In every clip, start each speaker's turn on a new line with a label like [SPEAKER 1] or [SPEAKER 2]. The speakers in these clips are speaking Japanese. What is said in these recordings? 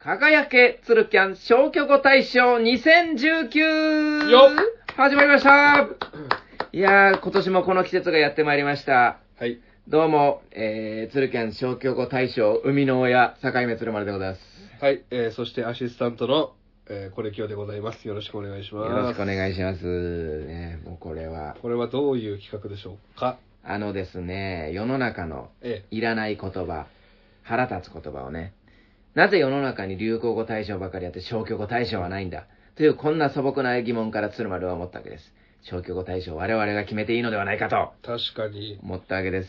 [SPEAKER 1] 輝けつるキャン消去語大賞2019
[SPEAKER 2] よ
[SPEAKER 1] 始まりましたいやー、今年もこの季節がやってまいりました。
[SPEAKER 2] はい。
[SPEAKER 1] どうも、えー、鶴県消去語大賞、生みの親、境目鶴丸でございます。
[SPEAKER 2] はい。えー、そしてアシスタントの、えー、コレキオでございます。よろしくお願いし
[SPEAKER 1] よ
[SPEAKER 2] ます。
[SPEAKER 1] ろしくお願い
[SPEAKER 2] し
[SPEAKER 1] します。ね、もうこれは。
[SPEAKER 2] これはどういう企画でしょうか
[SPEAKER 1] あのですね、世の中の
[SPEAKER 2] え
[SPEAKER 1] いらない言葉、腹立つ言葉をね、なぜ世の中に流行語大賞ばかりあって消去語大賞はないんだというこんな素朴な疑問から鶴丸は思ったわけです。消去語大賞を我々が決めていいのではないかと
[SPEAKER 2] え、確かに、
[SPEAKER 1] 思ったわけです。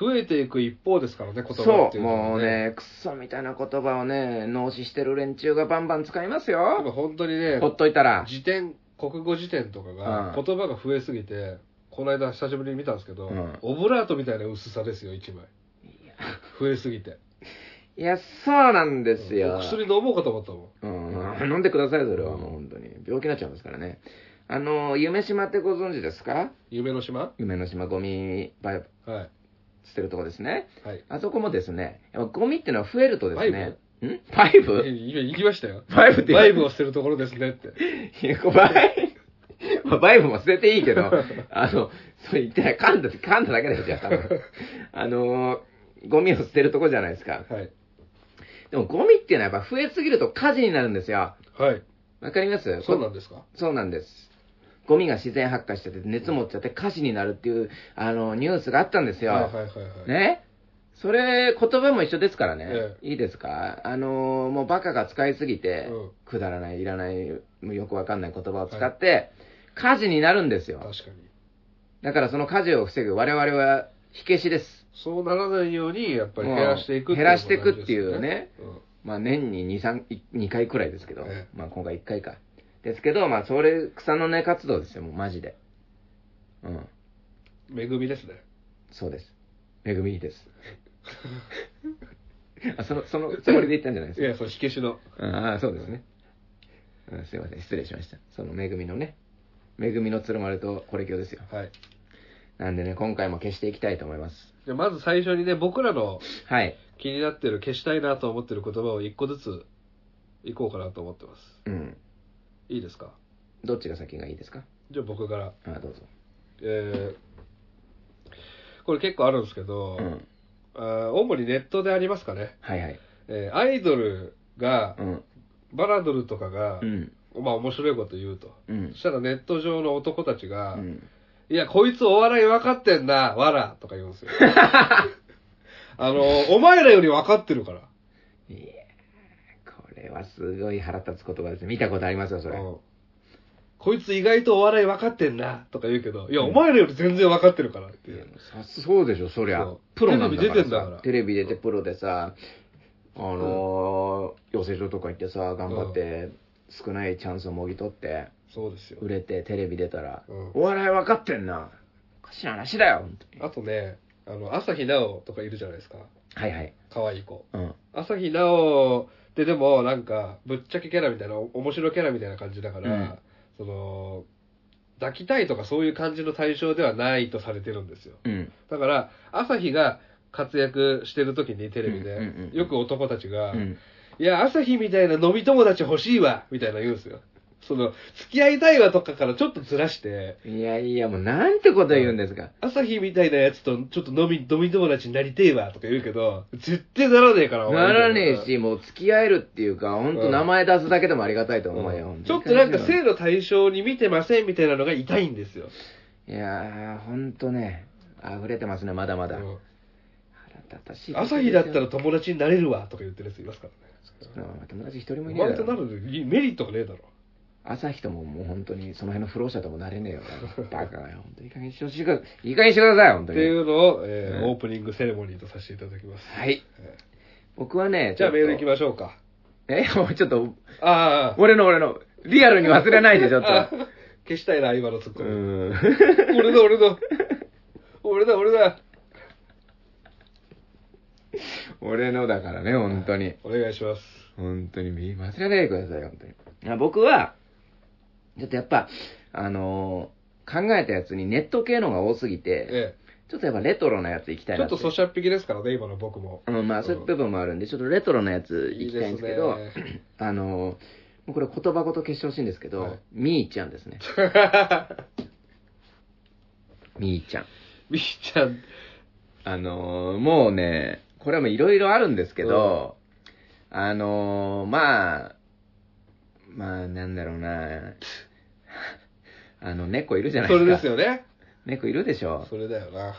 [SPEAKER 2] 増えていく一方ですからね、言葉
[SPEAKER 1] そ
[SPEAKER 2] って
[SPEAKER 1] う、
[SPEAKER 2] いうの
[SPEAKER 1] も
[SPEAKER 2] は
[SPEAKER 1] う
[SPEAKER 2] ね。
[SPEAKER 1] ね、クソみたいな言葉をね、脳死してる連中がバンバン使います
[SPEAKER 2] 今
[SPEAKER 1] よ。
[SPEAKER 2] 本当にね
[SPEAKER 1] ほ、っといたら。
[SPEAKER 2] 辞典、国語辞典とかが、
[SPEAKER 1] うん
[SPEAKER 2] 言葉が増えすぎて、この間久しぶりに見たんですけど、
[SPEAKER 1] うん
[SPEAKER 2] オブラートみたいな薄さですよ、一枚。増えすぎて。
[SPEAKER 1] いや、そうなんです
[SPEAKER 2] お
[SPEAKER 1] よ。
[SPEAKER 2] 薬飲もうかと思ったもん。
[SPEAKER 1] うん、飲んでください、それはもう本当に。病気になっちゃいますからね。あの、夢島ってご存知ですか
[SPEAKER 2] 夢の島
[SPEAKER 1] 夢の島ゴミば
[SPEAKER 2] はい。
[SPEAKER 1] 捨てるとこですね。
[SPEAKER 2] はい。
[SPEAKER 1] あそこもですね、やっぱゴミってのは増えるとですね、んパイ
[SPEAKER 2] 今
[SPEAKER 1] プ
[SPEAKER 2] 行きましたよ。
[SPEAKER 1] パイプって
[SPEAKER 2] バイブ
[SPEAKER 1] を
[SPEAKER 2] を捨てるところですねって。
[SPEAKER 1] バイブ、まあバイブも捨てていいけど、 あの、そう言ってない、噛んだ、噛んだだけですよ、多 分。あのーゴミを捨てるとこじゃないですか。
[SPEAKER 2] はい。
[SPEAKER 1] でもゴミっていうのはやっぱ増えすぎると火事になるんですよ。
[SPEAKER 2] はい。
[SPEAKER 1] わかります
[SPEAKER 2] そうなんですか
[SPEAKER 1] そうなんです。ゴミが自然発火しちゃって、熱持っちゃって火事になるっていう、あの、ニュースがあったんですよ。
[SPEAKER 2] はいはいはいはい。
[SPEAKER 1] ねそれ、言葉も一緒ですからね。
[SPEAKER 2] え
[SPEAKER 1] いいですかあのーもうバカが使いすぎて、
[SPEAKER 2] うん
[SPEAKER 1] くだらない、いらない、よくわかんない言葉を使って、火事になるんですよ。
[SPEAKER 2] 確かに。
[SPEAKER 1] だからその火事を防ぐ我々は火消しです。
[SPEAKER 2] そうならないように、やっぱり
[SPEAKER 1] うん
[SPEAKER 2] 減らしていくっていう
[SPEAKER 1] 減らしていくっていうね
[SPEAKER 2] のが
[SPEAKER 1] まあ年に2、3、2回くらいですけど、
[SPEAKER 2] ええ
[SPEAKER 1] まあ今回1回か。ですけど、まあそれ、草の根活動ですよ、もうマジで。うん。
[SPEAKER 2] 大事ですよね。うん。恵みです ね。
[SPEAKER 1] そうです。めぐみです。あその、そのつもりで言ったんじゃないです
[SPEAKER 2] い
[SPEAKER 1] か。
[SPEAKER 2] や、そう、火消しの。
[SPEAKER 1] うんああ、そうですね。うんすいません、失礼しました。その、めぐみのね、めぐみの鶴丸とこれ今日ですよ。
[SPEAKER 2] はい。
[SPEAKER 1] なんでね、今回も消していきたいと思います。
[SPEAKER 2] じゃあまず最初にね、僕らの
[SPEAKER 1] はい。
[SPEAKER 2] 気になってる、消したいなと思ってる言葉を一個ずつ、いこうかなと思ってます。
[SPEAKER 1] うん。
[SPEAKER 2] いいですか
[SPEAKER 1] どっちが先がいいですか
[SPEAKER 2] じゃあ僕から。
[SPEAKER 1] ああ、どうぞ。
[SPEAKER 2] えー、これ結構あるんですけど、
[SPEAKER 1] うん。
[SPEAKER 2] あー主にネットでありますかね。
[SPEAKER 1] はいはい。
[SPEAKER 2] えーアイドルが
[SPEAKER 1] う、ん。
[SPEAKER 2] バラドルとかが
[SPEAKER 1] う、ん。
[SPEAKER 2] まあ面白いこと言うと。
[SPEAKER 1] うん
[SPEAKER 2] そ。したらネット上の男たちが、
[SPEAKER 1] うん
[SPEAKER 2] いや、こいつお笑い分かってんな、わら、とか言う んですよ。あの、お前らより分かってるから。
[SPEAKER 1] いやーこれはすごい腹立つ言葉ですね。見たことありますよ、それ。
[SPEAKER 2] うんこいつ意外とお笑い分かってんな、とか言うけど、いや、お前らより全然分かってるからって
[SPEAKER 1] い
[SPEAKER 2] い
[SPEAKER 1] やさ
[SPEAKER 2] う。
[SPEAKER 1] そうでしょ、そりゃ
[SPEAKER 2] そう。
[SPEAKER 1] プロなんだから
[SPEAKER 2] テレビ出てんだから
[SPEAKER 1] さ。テレビ出てプロでさ、あのー、養成所とか行ってさ、頑張って、少ないチャンスをもぎ取って、
[SPEAKER 2] そうですよ。
[SPEAKER 1] 売れてテレビ出たら、
[SPEAKER 2] うん
[SPEAKER 1] お笑い分かってんな。おかしな話だよ、本当に
[SPEAKER 2] あとね、あの、朝日奈央とかいるじゃないですか。
[SPEAKER 1] はいはい。
[SPEAKER 2] 可愛い子。
[SPEAKER 1] うん。
[SPEAKER 2] 朝日奈央ってでも、なんか、ぶっちゃけキャラみたいな、お面白キャラみたいな感じだから、
[SPEAKER 1] うん
[SPEAKER 2] その、抱きたいとかそういう感じの対象ではないとされてるんですよ。
[SPEAKER 1] うん。
[SPEAKER 2] だから、朝日が活躍してる時にテレビで、
[SPEAKER 1] うんうんうん
[SPEAKER 2] よく男たちが、
[SPEAKER 1] うん。
[SPEAKER 2] いや、朝日みたいな飲み友達欲しいわみたいな言うんですよ。その、付き合いたいわとかからちょっとずらして、
[SPEAKER 1] いやいや、もうなんてこと言うんですか。
[SPEAKER 2] 朝日みたいなやつとちょっと飲み、飲み友達になりてえわとか言うけど、絶対ならねえから、お前
[SPEAKER 1] ならねえ。し、もう付き合えるっていうか、ほんと名前出すだけでもありがたいと思うよ。
[SPEAKER 2] う
[SPEAKER 1] 本
[SPEAKER 2] ん
[SPEAKER 1] 当
[SPEAKER 2] ちょ
[SPEAKER 1] に
[SPEAKER 2] っとなんか性の対象に見てませんみたいなのが痛いんですよ。
[SPEAKER 1] いやー、ほんとね、溢れてますね、まだまだ。
[SPEAKER 2] うん
[SPEAKER 1] 腹立たしいことですよ。
[SPEAKER 2] 朝日だったら友達になれるわとか言ってるやついますからね。
[SPEAKER 1] うん友達一人
[SPEAKER 2] お
[SPEAKER 1] もいねえ
[SPEAKER 2] 前
[SPEAKER 1] だ
[SPEAKER 2] とな
[SPEAKER 1] ろ
[SPEAKER 2] るのにメリットがねえだろ。
[SPEAKER 1] 朝日とももう本当にその辺の不老者ともなれね えよバカがよ本当にいい加減にしてほしいかいい加減にしてください本
[SPEAKER 2] っ
[SPEAKER 1] 当
[SPEAKER 2] て
[SPEAKER 1] に
[SPEAKER 2] いうのを、えー
[SPEAKER 1] うん
[SPEAKER 2] オープニングセレモニーとさせていただきます。
[SPEAKER 1] はい
[SPEAKER 2] え
[SPEAKER 1] 僕はね
[SPEAKER 2] ーじゃあメール行き
[SPEAKER 1] す
[SPEAKER 2] ましょうか。
[SPEAKER 1] えもうちょっと
[SPEAKER 2] ああ、
[SPEAKER 1] 俺の俺のリアルに忘れ ないでちょっと
[SPEAKER 2] 消したいな、今のツッ
[SPEAKER 1] う
[SPEAKER 2] コミ。
[SPEAKER 1] ーん
[SPEAKER 2] 俺だ、俺だ。俺だ、俺だ。
[SPEAKER 1] 俺のだからね本当に
[SPEAKER 2] お願いします。
[SPEAKER 1] 本当に見忘れないでください本当にあ僕はちょっとやっぱあのー考えたやつにネット系のが多すぎて、
[SPEAKER 2] え
[SPEAKER 1] ちょっとやっぱレトロなやつ行きたい
[SPEAKER 2] ちょ
[SPEAKER 1] な
[SPEAKER 2] っと
[SPEAKER 1] そ
[SPEAKER 2] 咀嚼的ですからね、今の僕も。
[SPEAKER 1] うん、まあそういう部分もあるんで、ちょっとレトロなやつ行きたいんですけど、
[SPEAKER 2] いいで すね
[SPEAKER 1] あの、もうこれ言葉ごと消してほしいんですけど、
[SPEAKER 2] はい
[SPEAKER 1] みーちゃんですね。みーちゃん。
[SPEAKER 2] みーちゃん、
[SPEAKER 1] あのーもうね、これはもういろいろあるんですけど、あのーまあ、まあ、なんだろうな、 あの、猫いるじゃないで
[SPEAKER 2] そ
[SPEAKER 1] すか。
[SPEAKER 2] れですよね。
[SPEAKER 1] 猫いるでしょ。
[SPEAKER 2] それだよな。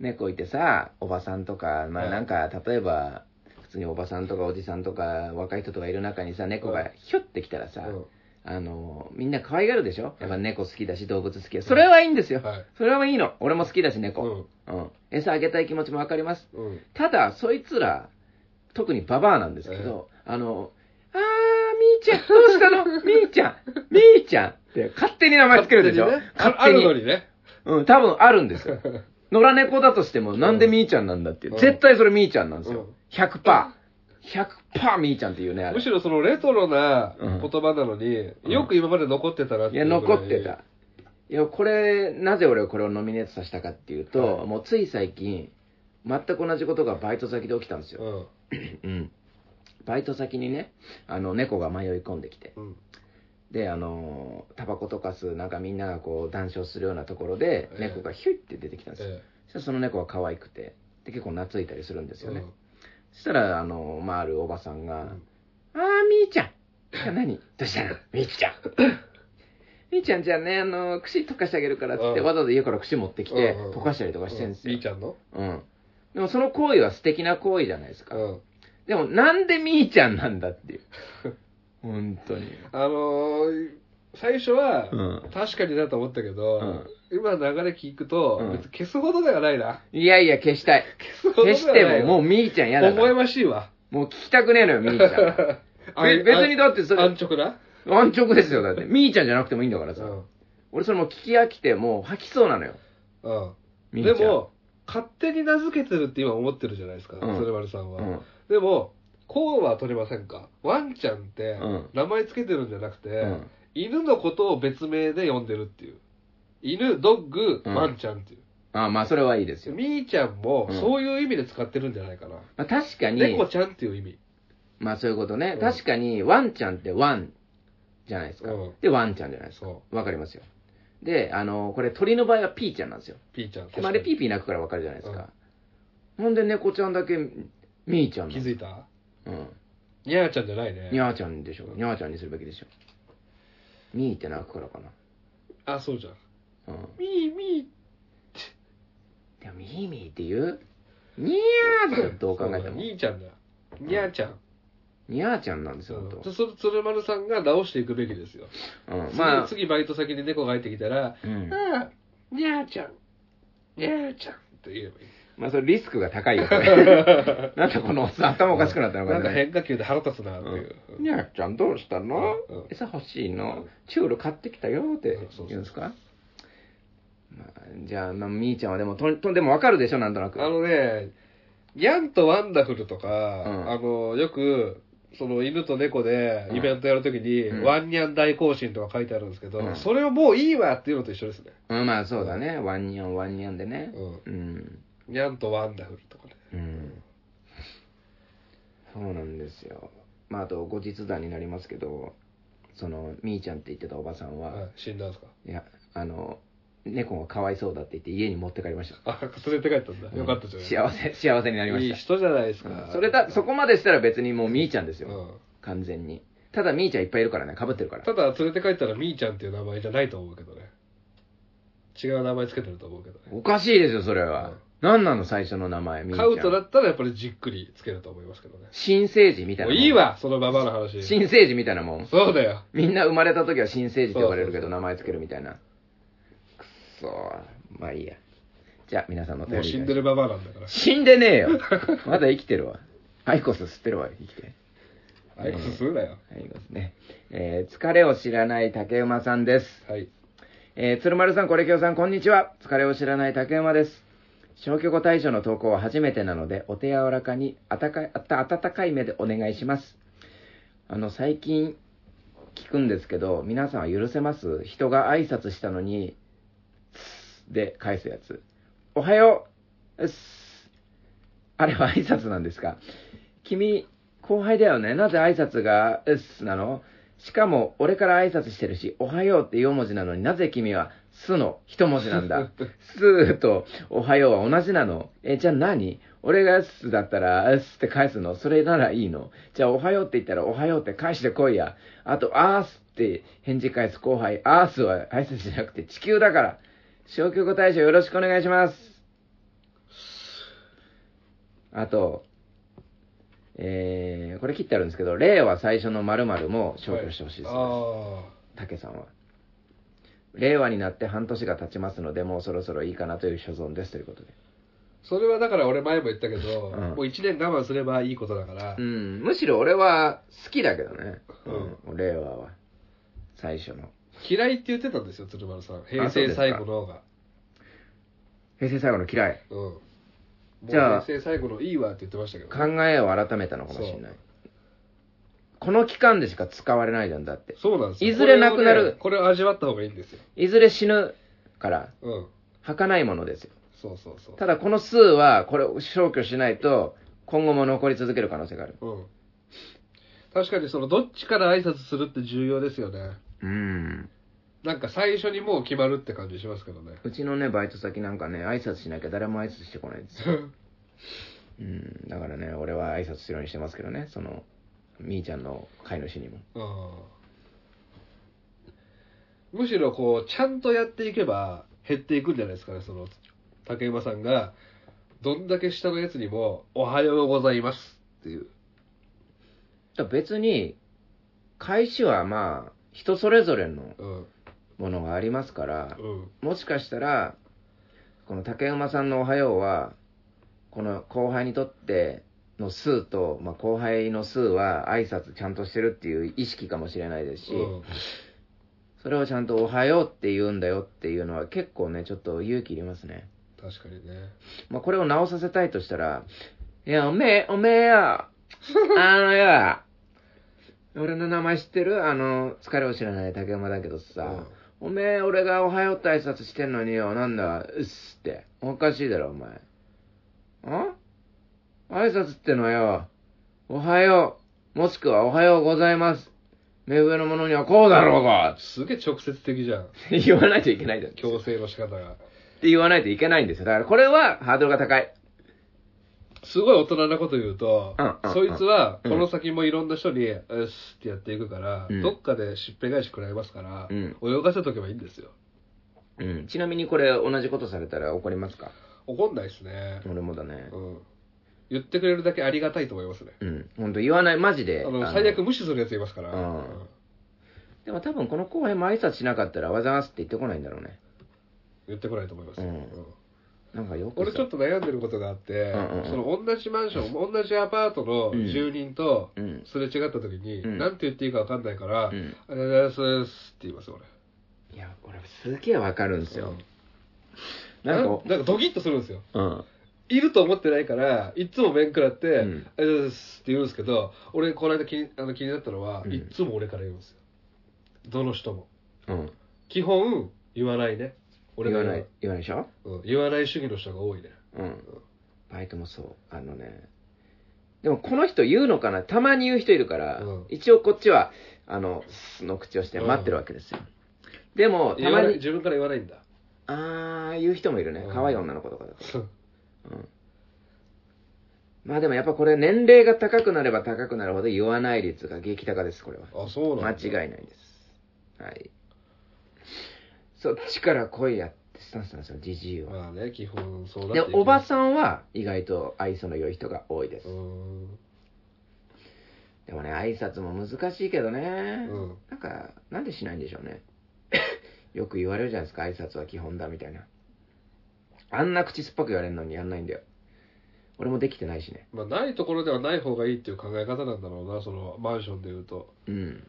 [SPEAKER 1] 猫いてさ、おばさんとか、ま
[SPEAKER 2] は
[SPEAKER 1] あ
[SPEAKER 2] い
[SPEAKER 1] なんか、例えば、普通におばさんとかおじさんとか若い人とかいる中にさ、猫がひょってきたらさ、
[SPEAKER 2] うん
[SPEAKER 1] あの、みんな可愛がるでしょやっぱ
[SPEAKER 2] はい
[SPEAKER 1] 猫好きだし、動物好きだし。それはいいんですよ。
[SPEAKER 2] はい。
[SPEAKER 1] それはいいの。俺も好きだし、
[SPEAKER 2] う
[SPEAKER 1] 猫。
[SPEAKER 2] ん。
[SPEAKER 1] うん。餌あげたい気持ちもわかります。
[SPEAKER 2] うん。
[SPEAKER 1] ただ、そいつら、特にババアなんですけど、あの、あー、みーちゃん、どうしたの みーちゃん、みーちゃんって勝手に名前つけるでしょ
[SPEAKER 2] 勝手にねあ
[SPEAKER 1] 勝
[SPEAKER 2] あ
[SPEAKER 1] 手
[SPEAKER 2] るの
[SPEAKER 1] に。
[SPEAKER 2] にね。
[SPEAKER 1] うん、多分あるんですよ。野良猫だとしても、なんでみーちゃんなんだっていう
[SPEAKER 2] うん
[SPEAKER 1] 絶対それみーちゃんなんですよ
[SPEAKER 2] うん。
[SPEAKER 1] 100%。100%みーちゃんっていうね、あれ
[SPEAKER 2] む。しろそのレトロな
[SPEAKER 1] うん
[SPEAKER 2] 言葉なのに、
[SPEAKER 1] うん
[SPEAKER 2] よく今まで残ってたなって
[SPEAKER 1] い
[SPEAKER 2] い
[SPEAKER 1] や、
[SPEAKER 2] うぐら
[SPEAKER 1] 残ってた。。いや、これ、なぜ俺はこれをノミネートさせたかっていうと、
[SPEAKER 2] は
[SPEAKER 1] もうつい最近、全く同じことがバイト先で起きたんですよ。
[SPEAKER 2] うん。
[SPEAKER 1] うん。バイト先にね、あの、猫が迷い込んできて。
[SPEAKER 2] うん。
[SPEAKER 1] で、あのー、タバコとか吸う、なんかみんながこう、談笑するようなところで
[SPEAKER 2] え、え
[SPEAKER 1] 猫がヒュイって出てきたんですよ。
[SPEAKER 2] え
[SPEAKER 1] そしたらその猫は可愛くて、で、結構懐いたりするんです
[SPEAKER 2] え
[SPEAKER 1] よ
[SPEAKER 2] う
[SPEAKER 1] ね。
[SPEAKER 2] ん
[SPEAKER 1] そしたら、あの、まあ、あるおばさんが、
[SPEAKER 2] うん
[SPEAKER 1] あー、みーちゃん。いや何どうしたのみーちゃん。みーちゃんじゃあね、あの、串溶かしてあげるからっつって、
[SPEAKER 2] うん
[SPEAKER 1] わざわざ家から串持ってきて
[SPEAKER 2] うんうん、
[SPEAKER 1] 溶かしたりとかしてんです
[SPEAKER 2] み
[SPEAKER 1] よ
[SPEAKER 2] ー。ちゃんの
[SPEAKER 1] うん。でもその行為は素敵な行為じゃないですか
[SPEAKER 2] う。ん。
[SPEAKER 1] でもなんでみーちゃんなんだっていう。本当に。
[SPEAKER 2] あのー、最初は
[SPEAKER 1] うん、
[SPEAKER 2] 確かになと思ったけ
[SPEAKER 1] う
[SPEAKER 2] ど
[SPEAKER 1] ん、
[SPEAKER 2] 今の流れ聞くと
[SPEAKER 1] うん、
[SPEAKER 2] 別に消すほどではないな。
[SPEAKER 1] いやいや、消したい。
[SPEAKER 2] 消すほど
[SPEAKER 1] 消
[SPEAKER 2] で
[SPEAKER 1] し
[SPEAKER 2] は
[SPEAKER 1] て
[SPEAKER 2] ない
[SPEAKER 1] も、もうみーちゃん嫌だか
[SPEAKER 2] 思い
[SPEAKER 1] ら。
[SPEAKER 2] ましいわ。
[SPEAKER 1] もう聞きたくねえのよ、みーちゃんは。べ別にだってそれ、
[SPEAKER 2] 安直な
[SPEAKER 1] 安直ですよ、だって。みーちゃんじゃなくてもいいんだから
[SPEAKER 2] う
[SPEAKER 1] さ。
[SPEAKER 2] ん。
[SPEAKER 1] 俺それもう聞き飽きて、もう吐きそうなのよ。
[SPEAKER 2] うん。
[SPEAKER 1] み
[SPEAKER 2] で
[SPEAKER 1] ーちゃん、
[SPEAKER 2] も、勝手に名付けてるって今思ってるじゃないですか、
[SPEAKER 1] ん
[SPEAKER 2] 鶴丸さん
[SPEAKER 1] う
[SPEAKER 2] は。
[SPEAKER 1] ん、
[SPEAKER 2] でも、こうは取れませんかワンちゃんって
[SPEAKER 1] うん、
[SPEAKER 2] 名前つけてるんじゃなくて、
[SPEAKER 1] うん
[SPEAKER 2] 犬のことを別名で呼んでるっていう。犬、ドッグ、
[SPEAKER 1] うん
[SPEAKER 2] ワンちゃんっていう。
[SPEAKER 1] あまあ、それはいいですよ。
[SPEAKER 2] みーちゃんも
[SPEAKER 1] うん
[SPEAKER 2] そういう意味で使ってるんじゃないかな。
[SPEAKER 1] まあ、確かに
[SPEAKER 2] 猫、ちゃんっていう意味。
[SPEAKER 1] まあそういうことね。
[SPEAKER 2] うん
[SPEAKER 1] 確かに、ワンちゃんってワンじゃないですか
[SPEAKER 2] うん。
[SPEAKER 1] で、ワンちゃんじゃないですか。
[SPEAKER 2] そ
[SPEAKER 1] わかりますよ。で、あの、これ鳥の場合はピーちゃんなんですよ。
[SPEAKER 2] う。ピーちゃん。
[SPEAKER 1] まあ、あれピ
[SPEAKER 2] ー
[SPEAKER 1] ーピー鳴くからわかるじゃないですか。なんで猫ちゃんだけみーちゃんな
[SPEAKER 2] 気
[SPEAKER 1] の
[SPEAKER 2] づいた
[SPEAKER 1] うん。
[SPEAKER 2] にゃーちゃんじゃないね。
[SPEAKER 1] にゃーちゃんでしょ。にゃーちゃんにするべきでしょ。みーって鳴くからかな。
[SPEAKER 2] あ、そうじゃん。
[SPEAKER 1] うん。
[SPEAKER 2] みーみ
[SPEAKER 1] でも、みーみーって言うにゃーって
[SPEAKER 2] ー。
[SPEAKER 1] どう考えて
[SPEAKER 2] そうだ
[SPEAKER 1] も。
[SPEAKER 2] みーちゃんだよ。にゃーちゃん。
[SPEAKER 1] にゃーちゃんなんです
[SPEAKER 2] そ
[SPEAKER 1] よ、本
[SPEAKER 2] う
[SPEAKER 1] 当。
[SPEAKER 2] そそ鶴丸さんが直していくべきですよ。
[SPEAKER 1] うん、ま
[SPEAKER 2] ま
[SPEAKER 1] あ
[SPEAKER 2] あ、、次バイト先に猫が入ってきたら、
[SPEAKER 1] うん、
[SPEAKER 2] ああ、にゃーちゃん、にゃーちゃんって言えばいい。
[SPEAKER 1] まあそれリスクが高いよ、こ れなんかこのおっさん頭おかしくなったの
[SPEAKER 2] な
[SPEAKER 1] か
[SPEAKER 2] んか
[SPEAKER 1] ね。
[SPEAKER 2] 変化球で腹立つなっていう。
[SPEAKER 1] にゃーちゃんどうしたの
[SPEAKER 2] うん
[SPEAKER 1] 餌欲しいうの
[SPEAKER 2] ん
[SPEAKER 1] チュール買ってきたよって言うんです
[SPEAKER 2] う
[SPEAKER 1] か
[SPEAKER 2] んそう
[SPEAKER 1] まあ、じゃあ、まあ、みーちゃんはでも、とんとんでもわかるでしょ、なんとなく。
[SPEAKER 2] あのね、ギャンとワンダフルとか、
[SPEAKER 1] ん
[SPEAKER 2] あの、よく、その犬と猫でイベントやるときに、
[SPEAKER 1] うん
[SPEAKER 2] ワンニャン大行進とか書いてあるんですけど、
[SPEAKER 1] うん
[SPEAKER 2] それをもういいわっていうのと一緒ですね。
[SPEAKER 1] うん、まあそうだね。ワンニャン、ワンニャンでね。
[SPEAKER 2] う
[SPEAKER 1] うん。
[SPEAKER 2] ニャンとワンダフルとかね。
[SPEAKER 1] うん。そうなんですよ。まあ、あと、後日談になりますけど、その、みーちゃんって言ってたおばさんは、
[SPEAKER 2] はい、死んだんですか
[SPEAKER 1] いや、あの、猫がかわいそうだって言って家に持って帰りました。
[SPEAKER 2] あ、連れて帰ったんだ。よかったじゃ
[SPEAKER 1] 幸
[SPEAKER 2] ない
[SPEAKER 1] せ、幸せになりま
[SPEAKER 2] いい
[SPEAKER 1] し
[SPEAKER 2] 人じゃないです
[SPEAKER 1] た。
[SPEAKER 2] か。
[SPEAKER 1] それだ、そこまでしたら別にもうみーちゃんですよ。
[SPEAKER 2] うん
[SPEAKER 1] 完全に。ただみーちゃんいっぱいいるからね、かぶってるから。
[SPEAKER 2] ただ連れて帰ったらみーちゃんっていう名前じゃないと思うけどね違う名前つけてると思うけどね
[SPEAKER 1] おかしいですよ、それ
[SPEAKER 2] う
[SPEAKER 1] は
[SPEAKER 2] ん。
[SPEAKER 1] 何なの、最初の名前、みーちゃ
[SPEAKER 2] カ
[SPEAKER 1] ん。
[SPEAKER 2] ウトだったらやっぱりじっくりつけると思いますけどね
[SPEAKER 1] 新生児みたい
[SPEAKER 2] も
[SPEAKER 1] な
[SPEAKER 2] う
[SPEAKER 1] もん。
[SPEAKER 2] いいわそのままの話
[SPEAKER 1] 新生児みたいなもん。
[SPEAKER 2] そうだよ
[SPEAKER 1] みんな生まれた時は新生児って呼ばれるけ
[SPEAKER 2] そうそうそ
[SPEAKER 1] ど
[SPEAKER 2] う
[SPEAKER 1] 名前つけるみたいな。くっそー。まあいいや。じゃあ皆さんのお
[SPEAKER 2] も
[SPEAKER 1] 便
[SPEAKER 2] う
[SPEAKER 1] り
[SPEAKER 2] 死んでるババアなんだから
[SPEAKER 1] 死んでねえよ。まだ生きてるわ。アイコス吸ってるわ、生きて。
[SPEAKER 2] あいつするなよ
[SPEAKER 1] アイコスね。えー疲れを知らない竹馬さんです。
[SPEAKER 2] はい
[SPEAKER 1] えー鶴丸さん、これきょさん、こんにちは。疲れを知らない竹山です。消去後対象の投稿は初めてなので、お手柔らかに、あたかい、あた、温かい目でお願いします。あの、最近、聞くんですけど、皆さんは許せます人が挨拶したのに、つで返すやつ。おはよう、うっす。あれは挨拶なんですか君、後輩だよね。なぜ挨拶が、うっすなのしかも、俺から挨拶してるし、おはようって4文字なのになぜ君は、すの一文字なんだ。すーと、おはようは同じなの。え、じゃあ何俺がすだったら、うっすって返すのそれならいいのじゃあ、おはようって言ったら、おはようって返してこいや。あと、あーすって返事返す後輩、あーすは挨拶じゃなくて地球だから。消去語大賞よろしくお願いします。あと、えー、これ切ってあるんですけど、令和最初の〇〇も消去してほしいです。
[SPEAKER 2] あ
[SPEAKER 1] 竹さんは。令和になって半年が経ちますので、もうそろそろいいかなという所存ですということで。
[SPEAKER 2] あ。それはだから俺前も言ったけど、
[SPEAKER 1] うん
[SPEAKER 2] もう1年我慢すればいいことだから
[SPEAKER 1] う、ん、むしろ俺は好きだけどね。
[SPEAKER 2] う
[SPEAKER 1] うん、令和は。最初の。
[SPEAKER 2] 嫌いって言ってたんですよ、鶴丸さん。平成最後の方が。
[SPEAKER 1] 平成最後の嫌い。
[SPEAKER 2] うん。もう
[SPEAKER 1] じゃあ
[SPEAKER 2] 平成最後のいいわって言ってましたけどね、
[SPEAKER 1] 考えを改めたのかもしれない。この期間でしか使われないじゃんだって。
[SPEAKER 2] そうなんですよ。
[SPEAKER 1] いずれなくなる
[SPEAKER 2] これをねこれを味わった方がいいんですよ。
[SPEAKER 1] いずれ死ぬから、
[SPEAKER 2] うん。
[SPEAKER 1] 儚いものですよ。
[SPEAKER 2] そうそうそう。
[SPEAKER 1] ただこの数は、これを消去しないと、今後も残り続ける可能性がある。
[SPEAKER 2] うん。確かにその、どっちから挨拶するって重要ですよね。
[SPEAKER 1] うん。
[SPEAKER 2] なんか最初にもう決まるって感じしますけどね。
[SPEAKER 1] うちのね、バイト先なんかね、挨拶しなきゃ誰も挨拶してこないですよ。うん。だからね、俺は挨拶するようにしてますけどね、その、みーちゃんの飼い主にも。
[SPEAKER 2] うん。むしろこう、ちゃんとやっていけば減っていくんじゃないですかね、その、竹山さんが、どんだけ下のやつにも、おはようございますっていう。
[SPEAKER 1] だから別に、返しはまあ、人それぞれの
[SPEAKER 2] うん。
[SPEAKER 1] ものがありますから、
[SPEAKER 2] うん。
[SPEAKER 1] もしかしたら、この竹馬さんのおはようは、この後輩にとっての数と、まあ、後輩の数は挨拶ちゃんとしてるっていう意識かもしれないですし、
[SPEAKER 2] うん
[SPEAKER 1] それをちゃんとおはようって言うんだよっていうのは結構ね、ちょっと勇気いりますね。
[SPEAKER 2] 確かにね。
[SPEAKER 1] まあ、これを直させたいとしたら、いや、おめえ、おめえよ、あのよ、俺の名前知ってるあの、疲れを知らない竹馬だけどさ、
[SPEAKER 2] うん
[SPEAKER 1] おめえ、俺がおはようって挨拶してんのによ、なんだ、うっすって。おかしいだろ、お前。ん挨拶ってのはよ、おはよう、もしくはおはようございます。目上の者にはこうだろうが
[SPEAKER 2] すげえ直接的じゃん。
[SPEAKER 1] って言わないといけないじゃん。っ
[SPEAKER 2] 強制の仕方が。
[SPEAKER 1] て言わないといけないんですよ。だからこれはハードルが高い。
[SPEAKER 2] すごい大人なこと言うと、
[SPEAKER 1] うんうんうん
[SPEAKER 2] そいつはこ
[SPEAKER 1] うん
[SPEAKER 2] の先もいろんな人に、うっすってやっていくから、
[SPEAKER 1] うん
[SPEAKER 2] どっかでしっぺ返し食らいますから、
[SPEAKER 1] うん
[SPEAKER 2] 泳がせとけばいいんですよ。
[SPEAKER 1] うん。ちなみにこれ同じことされたら怒りますか
[SPEAKER 2] 怒んないですね。
[SPEAKER 1] 俺もだね
[SPEAKER 2] う。ん。言ってくれるだけありがたいと思いますね。
[SPEAKER 1] うん。ほんと言わない、マジ
[SPEAKER 2] あ
[SPEAKER 1] で。
[SPEAKER 2] の、
[SPEAKER 1] あの
[SPEAKER 2] 最悪無視するやついますから。
[SPEAKER 1] うんでも多分この後輩も挨拶しなかったら、わざわざって言ってこないんだろうね。
[SPEAKER 2] 言ってこないと思いますよ、
[SPEAKER 1] うん
[SPEAKER 2] うん
[SPEAKER 1] なんかよくさ
[SPEAKER 2] 俺ちょっと悩んでることがあって、
[SPEAKER 1] うんうんうん
[SPEAKER 2] その同じマンション、同じアパートの住人と
[SPEAKER 1] うん
[SPEAKER 2] すれ違った時に、
[SPEAKER 1] うん
[SPEAKER 2] なんて言っていいかわかんないから、あ
[SPEAKER 1] う
[SPEAKER 2] り
[SPEAKER 1] ん
[SPEAKER 2] がとうございますそうですって言います、俺。
[SPEAKER 1] いや、俺すげえわかるんですよ。
[SPEAKER 2] な
[SPEAKER 1] なんん
[SPEAKER 2] か
[SPEAKER 1] か、
[SPEAKER 2] なんかドキッとするんですよ。
[SPEAKER 1] うん。
[SPEAKER 2] いると思ってないから、いつも面食らって、
[SPEAKER 1] うん
[SPEAKER 2] ありがとうございますって言うんですけど、俺、この間気にあの気になったのは、
[SPEAKER 1] うん
[SPEAKER 2] いつも俺から言うんですよ。どの人も。
[SPEAKER 1] うん。
[SPEAKER 2] 基本、言わないね。俺
[SPEAKER 1] 言
[SPEAKER 2] が
[SPEAKER 1] わない、言わないでしょ
[SPEAKER 2] うん言わない主義の人が多いね。
[SPEAKER 1] うん。バイトもそう。あのね。でもこの人言うのかなたまに言う人いるから、
[SPEAKER 2] うん
[SPEAKER 1] 一応こっちは、あの、すの口をして待ってるわけですよ。でも、た
[SPEAKER 2] 言
[SPEAKER 1] ま
[SPEAKER 2] わない
[SPEAKER 1] に、
[SPEAKER 2] 自分から言わないんだ。
[SPEAKER 1] あー、言う人もいるね
[SPEAKER 2] う。ん
[SPEAKER 1] 可愛い女の子とかだと。うんまあでもやっぱこれ年齢が高くなれば高くなるほど言わない率が激高です、これは。
[SPEAKER 2] あ、そうな
[SPEAKER 1] 間
[SPEAKER 2] んだ。
[SPEAKER 1] 違いないです。はい。そっちから来いやってスタンスなんですよ、じじいは。
[SPEAKER 2] まあね、基本そうだ
[SPEAKER 1] で、おば
[SPEAKER 2] ん。
[SPEAKER 1] さんは意外と愛想の良い人が多いです
[SPEAKER 2] う。ん。
[SPEAKER 1] でもね、挨拶も難しいけどね。
[SPEAKER 2] うん
[SPEAKER 1] なんか、なんでしないんでしょうね。 よく言われるじゃないですか、挨拶は基本だみたいな。あんな口酸っぱく言われるのにやんないんだよ。俺もできてないしね。
[SPEAKER 2] まあ、ないところではない方がいいっていう考え方なんだろうな、そのマンションで言うと。
[SPEAKER 1] うん。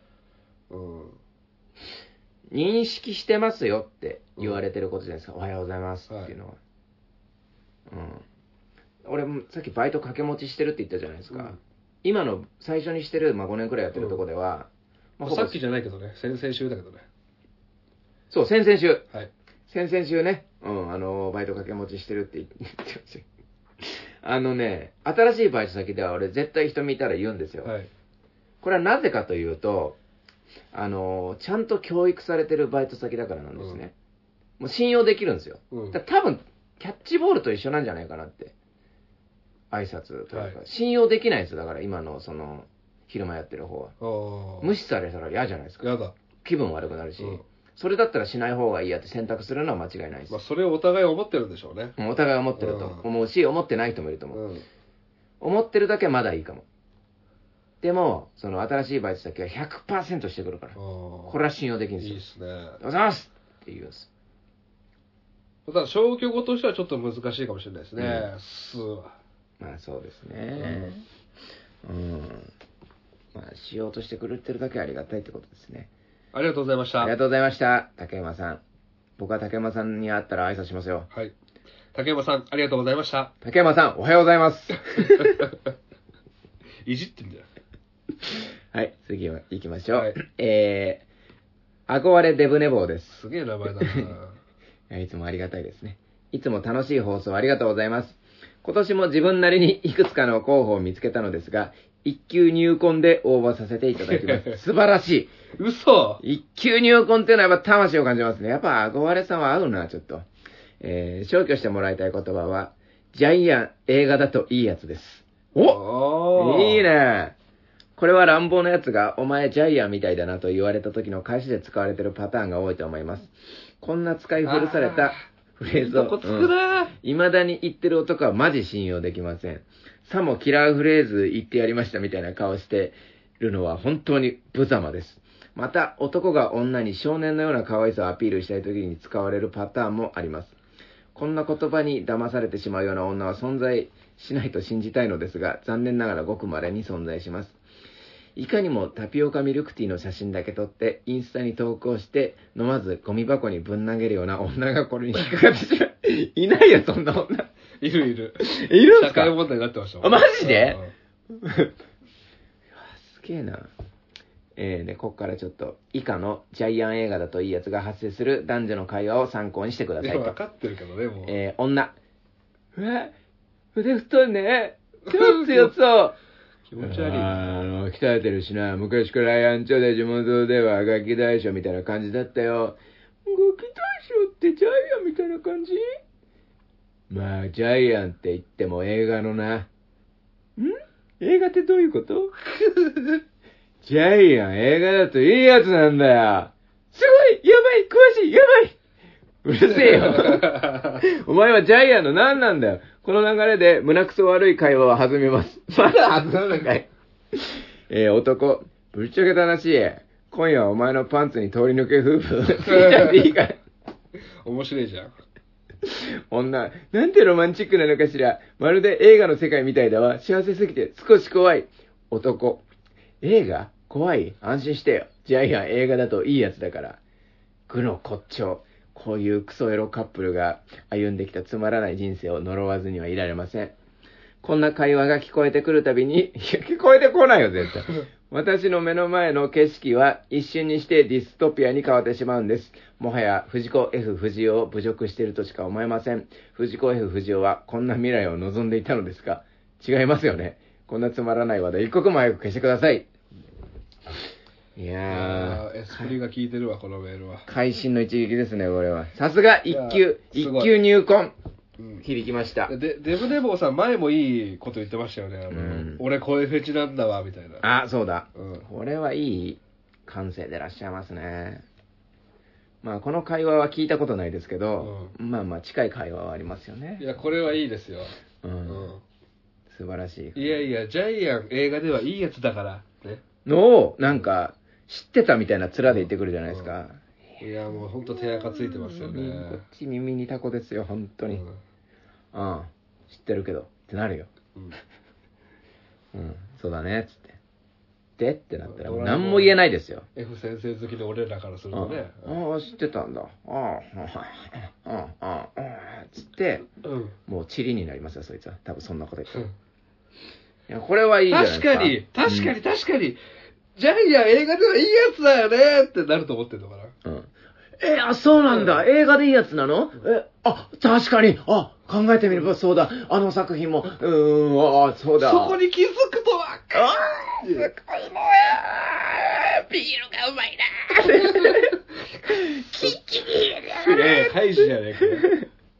[SPEAKER 2] うん。
[SPEAKER 1] 認識してますよって言われてることじゃないですか、おはようございますっていうのは、うん俺もさっきバイト掛け持ちしてるって言ったじゃないですか、
[SPEAKER 2] うん
[SPEAKER 1] 今の最初にしてる、まあ、5年くらいやってるとこでは、
[SPEAKER 2] まあ、
[SPEAKER 1] ほぼ
[SPEAKER 2] さっきじゃないけどね、先々週だけどね。
[SPEAKER 1] そう先々週
[SPEAKER 2] はい。
[SPEAKER 1] 先々週ね、うん、あの、バイト掛け持ちしてるって言ってましたけど。 あのね、新しいバイト先では俺絶対人見たら言うんですよ。
[SPEAKER 2] はい。
[SPEAKER 1] これはなぜかというと、あの、ちゃんと教育されてるバイト先だからなんですね。もう信用できるんですよ。
[SPEAKER 2] うん。
[SPEAKER 1] だ多分、キャッチボールと一緒なんじゃないかなって。挨拶というか、
[SPEAKER 2] は
[SPEAKER 1] 信用できないんですよ。だから今の、その、昼間やってる方は。
[SPEAKER 2] ああ。
[SPEAKER 1] 無視されたら嫌じゃないですか。
[SPEAKER 2] やだ。
[SPEAKER 1] 気分悪くなるし、
[SPEAKER 2] うん。
[SPEAKER 1] それだったらしない方がいいやって選択するのは間違いないです。
[SPEAKER 2] まあ、それをお互い思ってるんでしょうね。
[SPEAKER 1] お互い思ってると
[SPEAKER 2] うん
[SPEAKER 1] 思うし、思ってない人もいると
[SPEAKER 2] う
[SPEAKER 1] 思う。
[SPEAKER 2] ん。
[SPEAKER 1] 思ってるだけまだいいかも。でも、その新しいバイト先は100%してくるから。こ
[SPEAKER 2] こ
[SPEAKER 1] れは信用できるんです
[SPEAKER 2] いい
[SPEAKER 1] よ。
[SPEAKER 2] ですね。
[SPEAKER 1] おはようございますって言うんです。
[SPEAKER 2] ただ、消去語としてはちょっと難しいかもしれないですね。
[SPEAKER 1] う
[SPEAKER 2] すは。
[SPEAKER 1] まあそうですね。うん。まあ、しようとしてくれてるだけありがたいってことですね。
[SPEAKER 2] ありがとうございまし
[SPEAKER 1] あ
[SPEAKER 2] た。
[SPEAKER 1] りが
[SPEAKER 2] は
[SPEAKER 1] とうございました、竹山さん。僕は竹山さんに会ったら挨拶しますよ。
[SPEAKER 2] い。竹山さん、ありがとうございました。
[SPEAKER 1] 竹山さん、おはようございます。
[SPEAKER 2] いじってんだよ。
[SPEAKER 1] はい、次は行きましょう。
[SPEAKER 2] はい
[SPEAKER 1] えー、憧れデブ寝坊です。
[SPEAKER 2] すげえ名前 だな。
[SPEAKER 1] いやいつもありがたいですね。いつも楽しい放送ありがとうございます。今年も自分なりにいくつかの候補を見つけたのですが、一級入魂で応募させていただきます。 素晴らし
[SPEAKER 2] 嘘
[SPEAKER 1] い一級入魂っていうのはやっぱ魂を感じますね。やっぱ憧れさんは合うな、ちょっと。えー、消去してもらいたい言葉は、ジャイアン映画だといいやつです。お
[SPEAKER 2] おー
[SPEAKER 1] いい。ねこれは乱暴なやつが、お前ジャイアンみたいだなと言われた時の返しで使われてるパターンが多いと思います。こんな使い古されたフレ
[SPEAKER 2] い
[SPEAKER 1] ー
[SPEAKER 2] い
[SPEAKER 1] ズを。
[SPEAKER 2] とこつ
[SPEAKER 1] う
[SPEAKER 2] く
[SPEAKER 1] ん
[SPEAKER 2] な、
[SPEAKER 1] 未だに言ってる男はマジ信用できません。さもキラーフレーズ言ってやりましたみたいな顔してるのは本当に無様です。また、男が女に少年のような可愛さをアピールしたい時に使われるパターンもあります。こんな言葉に騙されてしまうような女は存在しないと信じたいのですが、残念ながらごく稀に存在します。いかにもタピオカミルクティーの写真だけ撮って、インスタに投稿して、飲まずゴミ箱にぶん投げるような女がこれに引っかかってしまう。いないよ、そんな女。
[SPEAKER 2] いるいる。
[SPEAKER 1] いるん
[SPEAKER 2] 社
[SPEAKER 1] すか
[SPEAKER 2] 会問題になってましたもん。
[SPEAKER 1] あマジで
[SPEAKER 2] うん
[SPEAKER 1] すげえな。えー、で、こっからちょっと、以下のジャイアン映画だといいやつが発生する男女の会話を参考にしてください
[SPEAKER 2] でも分
[SPEAKER 1] と。
[SPEAKER 2] かってるけどね、もう。
[SPEAKER 1] えー、女。うわ、腕太いね。超強そう。
[SPEAKER 2] 気持ち悪いな。
[SPEAKER 1] あの、鍛えてるしな。昔からライアン町で地元ではガキ大将みたいな感じだったよ。ガキ大将ってジャイアンみたいな感じまあ、ジャイアンって言っても映画のな。ん映画ってどういうこと ジャイアン映画だといいやつなんだよ。すごいやばい詳しいやばいうるせえよ お前はジャイアンの何なんだよ。この流れで胸くそ悪い会話は弾みます。 まだ弾むのかい。えー、男、ぶっちゃけた話、今夜はお前のパンツに通り抜け夫婦つけちゃっていいから。
[SPEAKER 2] 面白いじゃん。
[SPEAKER 1] 女、なんてロマンチックなのかしら。まるで映画の世界みたいだわ。幸せすぎて少し怖い。男、映画怖い安心してよ。ジャイアン映画だといいやつだから。愚の骨頂。こういうクソエロカップルが歩んできたつまらない人生を呪わずにはいられません。こんな会話が聞こえてくるたびに、い や、聞こえてこないよ、絶対。私の目の前の景色は一瞬にしてディストピアに変わってしまうんです。もはや藤子 F 不二雄を侮辱しているとしか思えません。藤子 F 不二雄はこんな未来を望んでいたのですが、違いますよね。こんなつまらない話題一刻も早く消してください。い
[SPEAKER 2] い
[SPEAKER 1] や
[SPEAKER 2] やーエスプリが効いてるわ、このメールは
[SPEAKER 1] ー、。会心の一撃ですね、これは。さすが一級、
[SPEAKER 2] いやーす
[SPEAKER 1] 一
[SPEAKER 2] ごい
[SPEAKER 1] 級入魂。
[SPEAKER 2] うん
[SPEAKER 1] 響きました。
[SPEAKER 2] でデブデボーさん、前もいいこと言ってましたよね。あの
[SPEAKER 1] うん
[SPEAKER 2] 俺、こういうフェチなんだわ、みたいな。
[SPEAKER 1] あ、そうだ。
[SPEAKER 2] うん。
[SPEAKER 1] これはいい感性でいらっしゃいますね。まあ、この会話は聞いたことないですけど、まあまあ近い会話はありますよね
[SPEAKER 2] い。や、これはいいですよ。
[SPEAKER 1] う。
[SPEAKER 2] うんん。
[SPEAKER 1] 素晴らしい。
[SPEAKER 2] いやいや、ジャイアン映画ではいいやつだから。ね。
[SPEAKER 1] のを、なんか、知ってたみたいな面で言ってくるじゃないですか。
[SPEAKER 2] いや、もうほんと手垢ついてますよ
[SPEAKER 1] うんこ
[SPEAKER 2] ね
[SPEAKER 1] っ。ち耳にタコですよ、本当
[SPEAKER 2] う
[SPEAKER 1] に。うん
[SPEAKER 2] ん。。
[SPEAKER 1] 知ってるけど、ってなるよ。
[SPEAKER 2] うん
[SPEAKER 1] うん。そうだね、つって。でってなったら、もう何も言えないですよ。
[SPEAKER 2] F 先生好きの俺らからするとね。
[SPEAKER 1] ああ、知ってたんだ。ああ、ああ、ああ、ああ、つって、
[SPEAKER 2] うん。
[SPEAKER 1] もうチリになりますよ、そいつは。多分そんなこと言って。いや、これはいいじゃないです
[SPEAKER 2] 確
[SPEAKER 1] か。
[SPEAKER 2] かに、確かに、確かに、ジャイアン映画ではいいやつだよねってなると思ってんのかな。
[SPEAKER 1] うん。うん。え、あ、そうなんだ。映画でいいやつなのえ、あ、確かに。あ、考えてみればそうだ。あの作品も。うーん、あ、そうだ。
[SPEAKER 2] そこに気づくとは
[SPEAKER 1] あーすごいねビールがうまい なキッキビールだ
[SPEAKER 2] すげ え、怪獣じゃね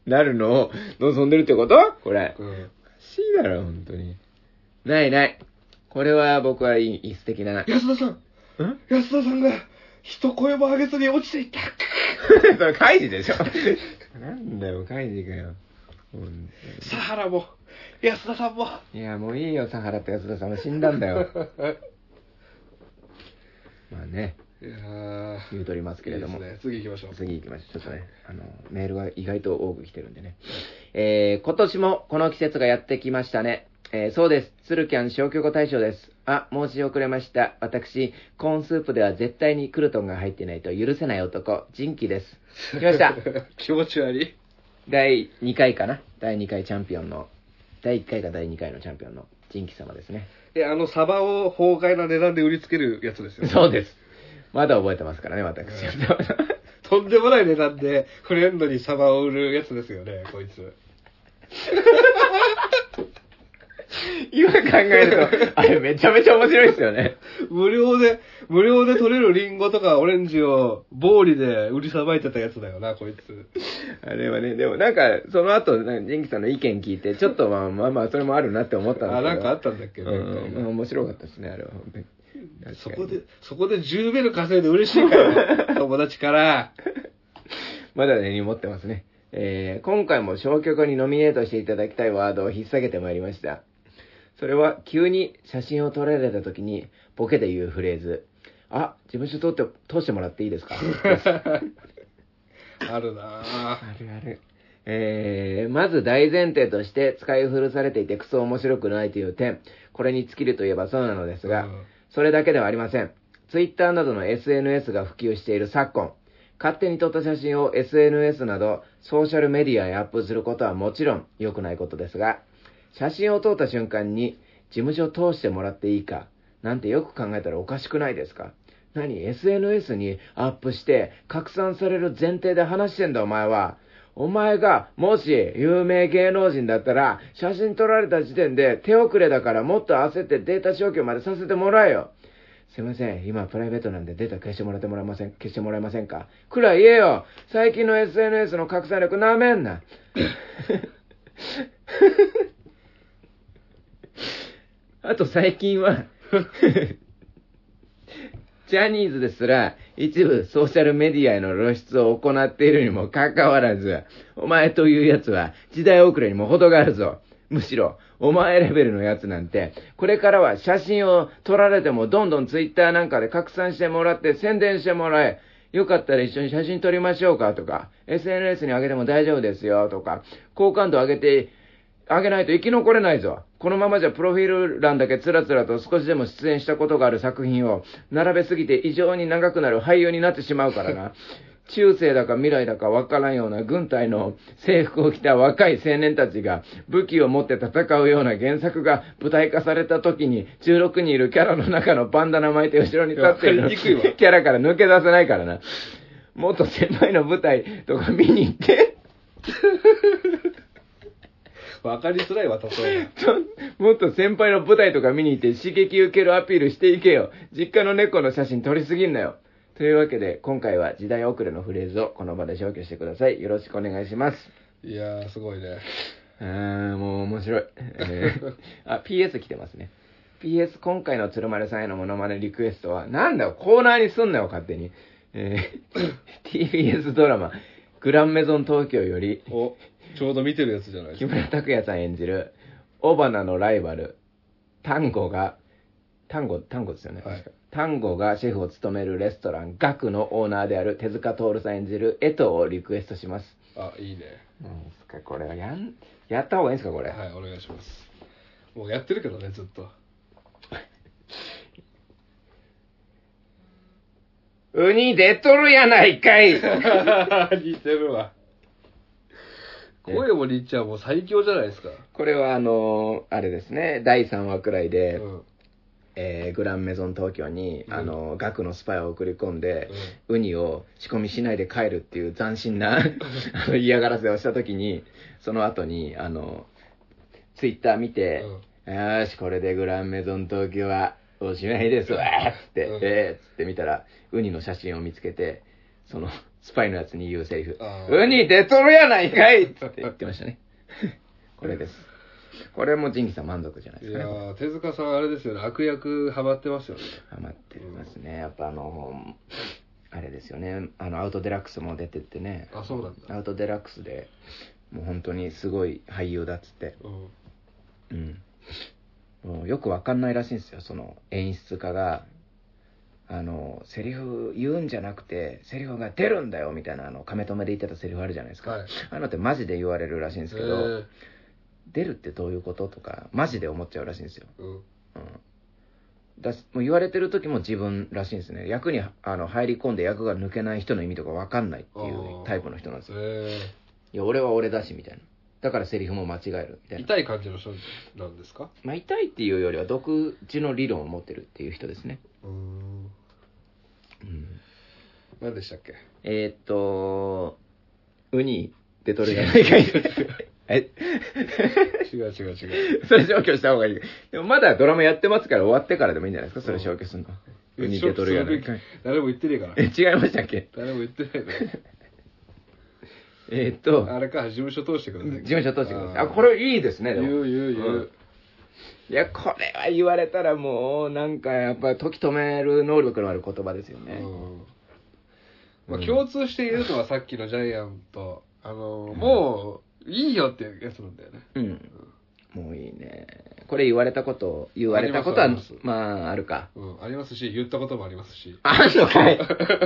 [SPEAKER 2] え
[SPEAKER 1] なるのを望んでるってことこれ。
[SPEAKER 2] か。うん。
[SPEAKER 1] おかしいだろ、本当に。ないない。これは僕はいい、いい素敵な。
[SPEAKER 2] 安田さん
[SPEAKER 1] ん
[SPEAKER 2] 安田さんが、一声も上げずに落ちていった
[SPEAKER 1] それ、カイジでしょ。なんだよ、カイジかよ。ほん
[SPEAKER 2] サハラも、安田さ んも。
[SPEAKER 1] といや、もういいよ、サハラと安田さんは死んだんだ よ。まあね、
[SPEAKER 2] いやー
[SPEAKER 1] 言うとりますけれども。
[SPEAKER 2] いいですね。次行きましょう。
[SPEAKER 1] 次行きましょう。ちょっとね、あの、メールが意外と多く来てるんでね。えー、今年もこの季節がやってきましたね。えー、そうです。つるキャン消去語大賞です。あ、申し遅れました。私、コーンスープでは絶対にクルトンが入ってないと許せない男、ジンキです。来ま した。
[SPEAKER 2] 気持ち悪い。
[SPEAKER 1] 第2回かな。第2回チャンピオンの、第1回か第2回のチャンピオンのジンキ様ですね。
[SPEAKER 2] え、あの、サバを崩壊な値段で売りつけるやつですよ、ね。
[SPEAKER 1] そうです。まだ覚えてますからね、私。
[SPEAKER 2] とんでもない値段でフレンドにサバを売るやつですよね、こいつ。
[SPEAKER 1] 今考えると、あれめちゃめちゃ面白いですよね。
[SPEAKER 2] 無料で、無料で取れるリンゴとかオレンジを暴利で売りさばいてたやつだよな、こいつ。
[SPEAKER 1] あれはね、でもなんか、その後、なんかジンキさんの意見聞いて、ちょっとまあまあまあ、それもあるなって思ったんですけ
[SPEAKER 2] あ、
[SPEAKER 1] ど。
[SPEAKER 2] なんかあったんだっけ、
[SPEAKER 1] うんうんうん、面白かったですね、あれは。本当に
[SPEAKER 2] そこで、そこで10ベル稼いで嬉しいから、友達から。
[SPEAKER 1] まだ根に持ってますね。えー今回も消去後にノミネートしていただきたいワードを引っ提げてまいりました。それは、急に写真を撮られた時に、ボケで言うフレーズ。あ、事務所通って、通してもらっていいですか
[SPEAKER 2] あるな
[SPEAKER 1] あるある。えー、まず大前提として使い古されていてクソ面白くないという点、これに尽きるといえばそうなのですが、
[SPEAKER 2] うん
[SPEAKER 1] それだけではありません。Twitter などの SNS が普及している昨今、勝手に撮った写真を SNS などソーシャルメディアへアップすることはもちろん良くないことですが、写真を撮った瞬間に事務所を通してもらっていいか、なんてよく考えたらおかしくないですか何 ?SNS にアップして拡散される前提で話してんだお前は。お前がもし有名芸能人だったら写真撮られた時点で手遅れだからもっと焦ってデータ消去までさせてもらえよ。すいません、今プライベートなんでデータ消してもらってもらえません、消してもらえませんかくらい言えよ最近の SNS の拡散力なめんな あと最近は、ジャニーズですら一部ソーシャルメディアへの露出を行っているにもかかわらず、お前というやつは時代遅れにも程があるぞ。むしろ、お前レベルのやつなんて、これからは写真を撮られてもどんどんツイッターなんかで拡散してもらって宣伝してもらえ。よかったら一緒に写真撮りましょうかとか、SNS に上げても大丈夫ですよとか、好感度上げてあげないと生き残れないぞ。このままじゃプロフィール欄だけつらつらと少しでも出演したことがある作品を並べすぎて異常に長くなる俳優になってしまうから な。中世だか未来だかわからんような軍隊の制服を着た若い青年たちが武器を持って戦うような原作が舞台化された時に16人いるキャラの中のバンダナ巻いて後ろに立ってい
[SPEAKER 2] いやわかりにくいわ
[SPEAKER 1] るキャラから抜け出せないからな。もっと狭いの舞台とか見に行って。
[SPEAKER 2] わかりづらいわ、例えば。
[SPEAKER 1] ちょ もっと先輩の舞台とか見に行って刺激受けるアピールしていけよ。実家の猫の写真撮りすぎんなよ。というわけで、今回は時代遅れのフレーズをこの場で消去してください。よろしくお願いします。
[SPEAKER 2] いやー、すごいね。
[SPEAKER 1] あー、もう面白い。えー あ、PS 来てますね。PS 今回の鶴丸さんへのモノマネリクエストは、なんだよ、コーナーにすんなよ、勝手に。えー TBS ドラマ、グランメゾン東京より、
[SPEAKER 2] お、ちょうど見てるやつじゃないです
[SPEAKER 1] 木
[SPEAKER 2] か。
[SPEAKER 1] 村拓哉さん演じる、オバナのライバル、タンゴが、タンゴ、タンゴですよね。
[SPEAKER 2] はい
[SPEAKER 1] タンゴがシェフを務めるレストラン、ガクのオーナーである手塚徹さん演じる、エトをリクエストします。
[SPEAKER 2] あ、いいね。
[SPEAKER 1] なんですか、これはやん、やった方がいいんですか、これ。
[SPEAKER 2] はい、お願いします。もうやってるけどね、ずっと。
[SPEAKER 1] ウニ出とるやないか い
[SPEAKER 2] 似てるわ。
[SPEAKER 1] え
[SPEAKER 2] 声も似ちゃんもう最強じゃないですか。
[SPEAKER 1] これはあのーあれですね、第3話くらいで、
[SPEAKER 2] うん。
[SPEAKER 1] えーグランメゾン東京に、
[SPEAKER 2] うん
[SPEAKER 1] あの額のスパイを送り込んで、
[SPEAKER 2] う
[SPEAKER 1] ウニを仕込みしないで帰るっていう斬新 なあの嫌がらせをした時にその後にあのツイッター見て、
[SPEAKER 2] ん
[SPEAKER 1] よし、これでグランメゾン東京はおしまいですわーっつって、
[SPEAKER 2] うん
[SPEAKER 1] えーっつって見たら、ウニの写真を見つけて、その、スパイのやつに言うセリフ、
[SPEAKER 2] あー
[SPEAKER 1] ウニ出とるやないかいっつって言ってま したね。これです。これもジンキさん満足じゃないで
[SPEAKER 2] い
[SPEAKER 1] すか
[SPEAKER 2] や
[SPEAKER 1] ね。
[SPEAKER 2] ー手塚さんあれですよね悪役ハマってますよね
[SPEAKER 1] ハマってますね。やっぱあの、あれですよね、あの、アウトデラックスも出てってね、
[SPEAKER 2] あそうなんだ
[SPEAKER 1] アウトデラックスで、もう本当にすごい俳優だっつって、
[SPEAKER 2] う
[SPEAKER 1] う
[SPEAKER 2] ん
[SPEAKER 1] ん、もうよくわかんないらしいんですよその演出家があのセリフ言うんじゃなくてセリフが出るんだよみたいなあの亀止めで言ってたセリフあるじゃないですか、
[SPEAKER 2] はい
[SPEAKER 1] ああいうのってマジで言われるらしいんですけど、
[SPEAKER 2] え
[SPEAKER 1] 出るってどういうこととかマジで思っちゃうらしいんですよ、
[SPEAKER 2] ーうん
[SPEAKER 1] うん、だしもう言われてる時も自分らしいんですね役にあの入り込んで役が抜けない人の意味とかわかんないっていうタイプの人なんですよ
[SPEAKER 2] え
[SPEAKER 1] いや俺は俺だしみたいなだからセリフも間違えるみたい
[SPEAKER 2] ー
[SPEAKER 1] な
[SPEAKER 2] 痛い感じの人なんですか
[SPEAKER 1] まあ、痛いっていうよりは独自の理論を持ってるっていう人ですね、
[SPEAKER 2] うーん何でしたっけ
[SPEAKER 1] えーっとウニで取るじゃないかい え
[SPEAKER 2] 違う違 う違う
[SPEAKER 1] それ消去した方がいいでもまだドラマやってますから終わってからでもいいんじゃないですかそれ消去するの、
[SPEAKER 2] うん
[SPEAKER 1] ウニで取るやないかい
[SPEAKER 2] 誰も言ってねえから
[SPEAKER 1] え違いましたっけ
[SPEAKER 2] 誰も言ってない
[SPEAKER 1] えーっ
[SPEAKER 2] から
[SPEAKER 1] と
[SPEAKER 2] あれか事務所通してください
[SPEAKER 1] 事務所通してくださいあ
[SPEAKER 2] ー
[SPEAKER 1] これいいですね
[SPEAKER 2] 言
[SPEAKER 1] でも
[SPEAKER 2] う言う言
[SPEAKER 1] うん
[SPEAKER 2] う
[SPEAKER 1] いやこれは言われたらもうなんかやっぱ時止める能力のある言葉ですよね、
[SPEAKER 2] うんまあ、
[SPEAKER 1] うん
[SPEAKER 2] 共通しているのはさっきのジャイアンと、あの、もう、いいよっていうやつなんだよね。
[SPEAKER 1] うん。もういいね。これ言われたこと、言われたことは
[SPEAKER 2] ありますあり、
[SPEAKER 1] まあ、あるか。
[SPEAKER 2] うん、ありますし、言ったこともありますし。
[SPEAKER 1] あんのかい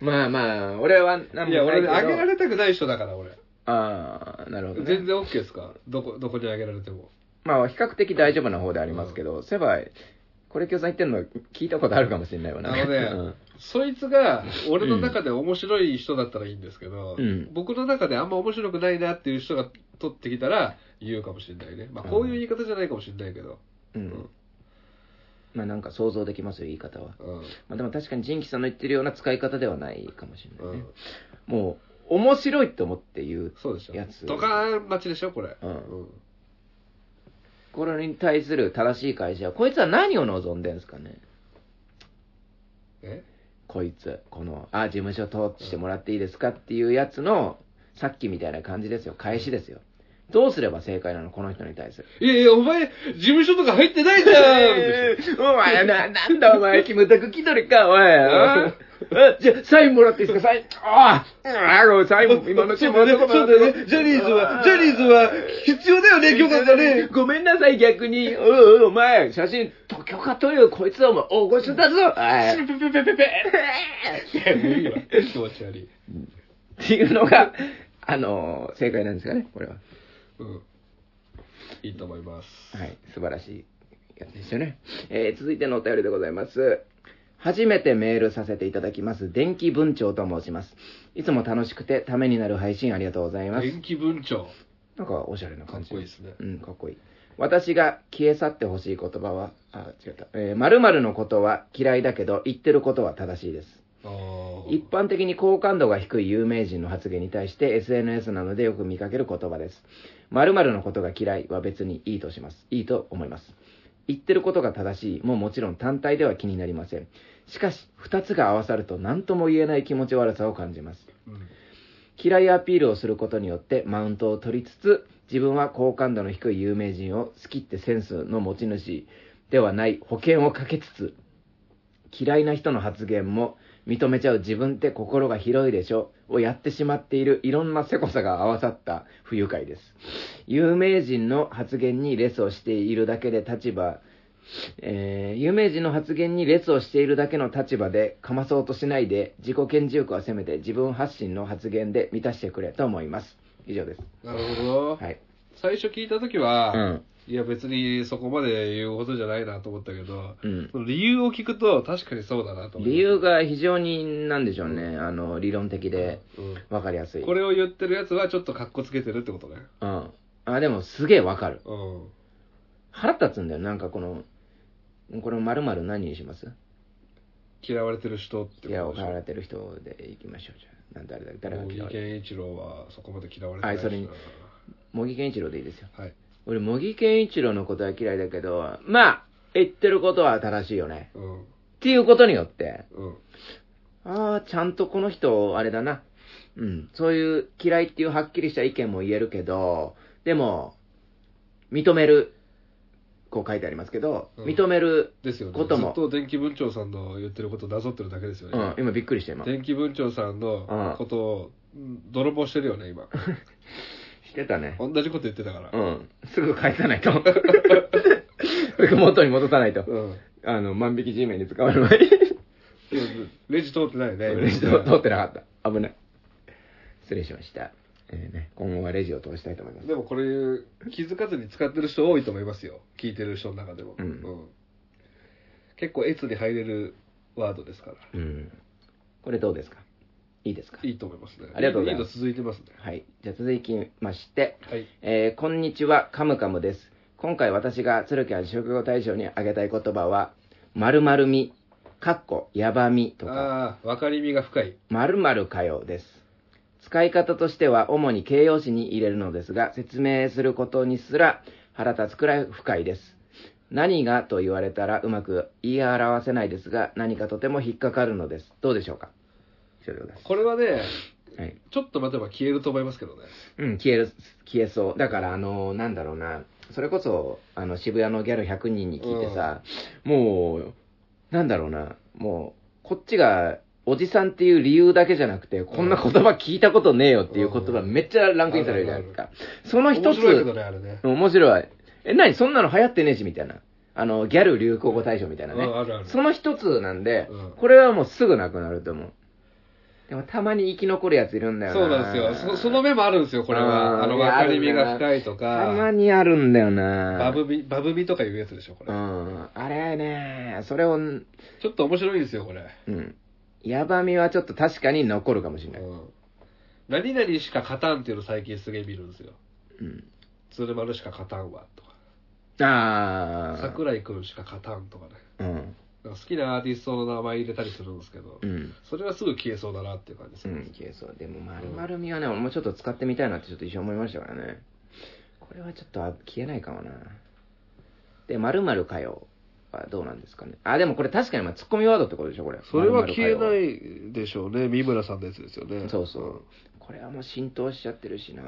[SPEAKER 1] まあまあ、俺はなん
[SPEAKER 2] い
[SPEAKER 1] も
[SPEAKER 2] や、
[SPEAKER 1] ないけ
[SPEAKER 2] 俺、
[SPEAKER 1] ど。
[SPEAKER 2] あげられたくない人だから、俺。
[SPEAKER 1] ああ、なるほど、
[SPEAKER 2] 全
[SPEAKER 1] ね。
[SPEAKER 2] 然 OK ですかどこ、どこにあげられても。
[SPEAKER 1] まあ、比較的大丈夫な方でありますけど、セバイ、これ今日さん言ってんの聞いたことあるかもしれないわな。
[SPEAKER 2] あのね
[SPEAKER 1] うん
[SPEAKER 2] そいつが、俺の中で面白い人だったらいいんですけど、
[SPEAKER 1] うん
[SPEAKER 2] 僕の中であんま面白くないなっていう人が取ってきたら、言うかもしれないね。まあ、こういう言い方じゃないかもしれないけど。
[SPEAKER 1] うん。まあなんか想像できますよ、言い方は。
[SPEAKER 2] うん。
[SPEAKER 1] まあでも確かにジンキさんの言ってるような使い方ではないかもしれ
[SPEAKER 2] う
[SPEAKER 1] ないね
[SPEAKER 2] ん。。
[SPEAKER 1] もう、面白いと思って言う
[SPEAKER 2] そうでしょ
[SPEAKER 1] やつ。
[SPEAKER 2] ドカーン待ちでしょ、これ。
[SPEAKER 1] うん
[SPEAKER 2] ん
[SPEAKER 1] これに対する正しい会社はこいつは何を望んでんすかね
[SPEAKER 2] え
[SPEAKER 1] こいつこのあ事務所通してもらっていいですかっていうやつのさっきみたいな感じですよ返しですよどうすれば正解なのこの人に対する
[SPEAKER 2] いやいや、お前、事務所とか入ってないじゃんみ
[SPEAKER 1] お前な、なんだお前、キムタク気取りか、おい。あじゃあ、サインもらっていいですか、サイン。ああ、うんあサイン、今の
[SPEAKER 2] たいな。そうだね、そうだね。ジャニーズは、ジャニーズは、必要だよね、許可がね。
[SPEAKER 1] ごめんなさい、逆に。おうおう、お前、写真、許可取るよ、こいつはお前、大御所だぞ。おい
[SPEAKER 2] ペペペペペ。もういいわ。気持ち悪い。
[SPEAKER 1] っていうのが、あの正解なんですかね、これは。
[SPEAKER 2] うん。いいと思います。
[SPEAKER 1] はい、素晴らしいやつですよね。えー続いてのお便りでございます。初めてメールさせていただきます、電気文鳥と申します。いつも楽しくてためになる配信ありがとうございます。
[SPEAKER 2] 元気文鳥。
[SPEAKER 1] なんかおしゃれな
[SPEAKER 2] か
[SPEAKER 1] 感
[SPEAKER 2] っ
[SPEAKER 1] じ
[SPEAKER 2] こいいですね。
[SPEAKER 1] うん、かっこいい。私が消え去ってほしい言葉は、あ、違った。えー、〇〇のことは嫌いだけど、言ってることは正しいです。
[SPEAKER 2] あ
[SPEAKER 1] 一般的に好感度が低い有名人の発言に対して SNS などでよく見かける言葉です。〇〇のことが嫌いは別にいいとします。いいと思います。言ってることが正しいももちろん単体では気になりません。しかし、二つが合わさると何とも言えない気持ち悪さを感じます。
[SPEAKER 2] うん
[SPEAKER 1] 嫌いアピールをすることによってマウントを取りつつ、自分は好感度の低い有名人を好きってセンスの持ち主ではない保険をかけつつ、嫌いな人の発言も認めちゃう自分って心が広いでしょをやってしまっているいろんなせこさが合わさった不愉快です。有名人の発言にレスをしているだけで立場、えー有名人の発言に列をしているだけの立場でかまそうとしないで自己顕示欲はせめて自分発信の発言で満たしてくれと思います以上です
[SPEAKER 2] なるほど。
[SPEAKER 1] はい
[SPEAKER 2] 最初聞いたとき
[SPEAKER 1] う
[SPEAKER 2] は、
[SPEAKER 1] ん
[SPEAKER 2] いや別にそこまで言うことじゃないなと思ったけど、
[SPEAKER 1] うん
[SPEAKER 2] その理由を聞くと確かにそうだなと思います
[SPEAKER 1] 理由が非常になんでしょうねあの理論的で
[SPEAKER 2] うん
[SPEAKER 1] 分かりやすい
[SPEAKER 2] これを言ってるやつはちょっと格好つけてるってことね。
[SPEAKER 1] うんあでもすげえ分かる
[SPEAKER 2] うん。
[SPEAKER 1] 腹立つんだよなんかこのこれ丸々何にします
[SPEAKER 2] 嫌われてる人って
[SPEAKER 1] いや、
[SPEAKER 2] ことでし
[SPEAKER 1] 嫌わ
[SPEAKER 2] ょ
[SPEAKER 1] れてる人でいきましょう。じゃあ、なん誰だ誰が
[SPEAKER 2] 茂
[SPEAKER 1] 嫌わ
[SPEAKER 2] 木
[SPEAKER 1] れてる
[SPEAKER 2] 健一郎はそこまで嫌われてない
[SPEAKER 1] はいそれに
[SPEAKER 2] し
[SPEAKER 1] 茂木健一郎でいいですよ。
[SPEAKER 2] なはい
[SPEAKER 1] 俺、茂木健一郎のことは嫌いだけど、まあ、言ってることは正しいよね。
[SPEAKER 2] うん
[SPEAKER 1] っていうことによって、
[SPEAKER 2] うん
[SPEAKER 1] ああ、ちゃんとこの人、あれだな。うん。そういう嫌いっていうはっきりした意見も言えるけど、でも、認める、こう書いてありますけど、
[SPEAKER 2] うん
[SPEAKER 1] 認める、
[SPEAKER 2] ですよね
[SPEAKER 1] ことも
[SPEAKER 2] ずっと電気文鳥さんの言ってることをなぞってるだけですよ
[SPEAKER 1] う
[SPEAKER 2] ね、
[SPEAKER 1] ん、今びっくりして今。
[SPEAKER 2] 電気文鳥さんのことをうん泥棒してるよね 今
[SPEAKER 1] してたね。
[SPEAKER 2] 同じこと言ってたから
[SPEAKER 1] うん。すぐ返さないと。 元に戻さないと。
[SPEAKER 2] うん
[SPEAKER 1] あの、万引き G メンに使われる前に。
[SPEAKER 2] 今レジ通ってないよね
[SPEAKER 1] レジを通ってなかった。危ない。失礼しました。えーね、今後はレジを通したいと思います。
[SPEAKER 2] でもこれ気づかずに使ってる人多いと思いますよ聞いてる人の中でも、
[SPEAKER 1] うん
[SPEAKER 2] 結構エツに入れるワードですから
[SPEAKER 1] うん。これどうですかいいですか
[SPEAKER 2] いいと思いますね
[SPEAKER 1] ありがとうございます
[SPEAKER 2] いいの続いてますね
[SPEAKER 1] はい。じゃあ続きまして、
[SPEAKER 2] はい
[SPEAKER 1] えーこんにちは、カムカムです。今回私が鶴キャン職業大賞にあげたい言葉は、〇〇み、かっこ、やばみとか、
[SPEAKER 2] ああ分かりみが深い
[SPEAKER 1] 〇〇かよです。使い方としては主に形容詞に入れるのですが、説明することにすら腹立つくらい不快です。何がと言われたらうまく言い表せないですが、何かとても引っかかるのです。どうでしょうか以上でございま
[SPEAKER 2] これはね
[SPEAKER 1] すはい。
[SPEAKER 2] ちょっと待てば消えると思いますけどね
[SPEAKER 1] うん、消える、消えそう。だから、あの、なんだろうな、それこそ、あの、渋谷のギャル100人に聞いてさ、もう、なんだろうな、もう、こっちが、おじさんっていう理由だけじゃなくて、こんな言葉聞いたことねえよっていう言葉
[SPEAKER 2] うん
[SPEAKER 1] めっちゃランクインされるじゃないですか。その一
[SPEAKER 2] 面
[SPEAKER 1] つ、
[SPEAKER 2] 白いけどねあれね
[SPEAKER 1] 面白い。え、なに、そんなの流行ってねえし、みたいな。あの、ギャル流行語大賞みたいなね。
[SPEAKER 2] うんあるある
[SPEAKER 1] その一つなんで、
[SPEAKER 2] うん
[SPEAKER 1] これはもうすぐなくなると思う。でも、たまに生き残るやついるんだよな。
[SPEAKER 2] そうなんですよそその目もあるんですよこれ
[SPEAKER 1] うん
[SPEAKER 2] はあの
[SPEAKER 1] いや
[SPEAKER 2] 分かりみが深いと
[SPEAKER 1] たま
[SPEAKER 2] か
[SPEAKER 1] にあるんだよな
[SPEAKER 2] バブみバブみとかいうやつでしょこれ、
[SPEAKER 1] うん。あれね、それを、うん。
[SPEAKER 2] ちょっと面白いですよこれ、
[SPEAKER 1] ヤバみはちょっと確かに残るかもしれな
[SPEAKER 2] う
[SPEAKER 1] い。
[SPEAKER 2] ん、何々しか勝たんっていうの最近すげえ見るんですよ
[SPEAKER 1] うん。
[SPEAKER 2] 鶴丸しか勝たんわとか
[SPEAKER 1] ああ。
[SPEAKER 2] 桜井君しか勝たんとかね
[SPEAKER 1] うん。
[SPEAKER 2] なんか好きなアーティストの名前入れたりするんですけど、
[SPEAKER 1] うん。
[SPEAKER 2] それはすぐ消えそうだなっていう感じです
[SPEAKER 1] う
[SPEAKER 2] ね、
[SPEAKER 1] ん、いけそう。でも、丸々みはね、俺もちょっと使ってみたいなってちょっと一瞬思いましたからね。これはちょっとあ消えないかもな。で、〇〇かよはどうなんですかね。あ、でもこれ確かにまあツッコミワードってことでしょ、これ。
[SPEAKER 2] それは消え
[SPEAKER 1] 〇〇かよ
[SPEAKER 2] ないでしょうね三村さんのやつですよね
[SPEAKER 1] そうそう。これはもう浸透しちゃってるしな、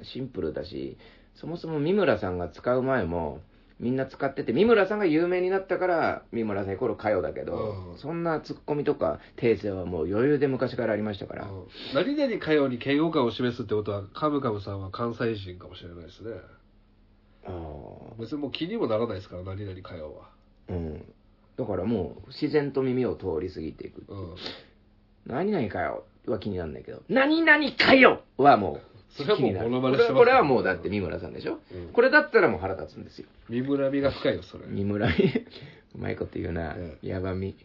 [SPEAKER 2] う
[SPEAKER 1] シンプルだし、そもそも三村さんが使う前も、みんな使ってて、三村さんが有名になったから、三村さんイコールかよだけど、
[SPEAKER 2] うん
[SPEAKER 1] そんなツッコミとか訂正はもう余裕で昔からありましたか
[SPEAKER 2] う
[SPEAKER 1] ら、
[SPEAKER 2] ん何々かように嫌悪感を示すってことはカムカムさんは関西人かもしれないですね
[SPEAKER 1] あー
[SPEAKER 2] 別にもう気にもならないですから何々かよは
[SPEAKER 1] うん、だからもう自然と耳を通り過ぎていく。
[SPEAKER 2] うん
[SPEAKER 1] 何々かよは気にならないけど、何々かよはもう
[SPEAKER 2] それは
[SPEAKER 1] 気
[SPEAKER 2] もう
[SPEAKER 1] になる、
[SPEAKER 2] モノマネ
[SPEAKER 1] こ
[SPEAKER 2] してます
[SPEAKER 1] れ
[SPEAKER 2] ね
[SPEAKER 1] これはもうだって三村さんでしょ、
[SPEAKER 2] うん
[SPEAKER 1] これだったらもう腹立つんですよ。
[SPEAKER 2] 三村美が深いよそれ
[SPEAKER 1] 三村美うまいこと言うな、
[SPEAKER 2] え
[SPEAKER 1] やばみ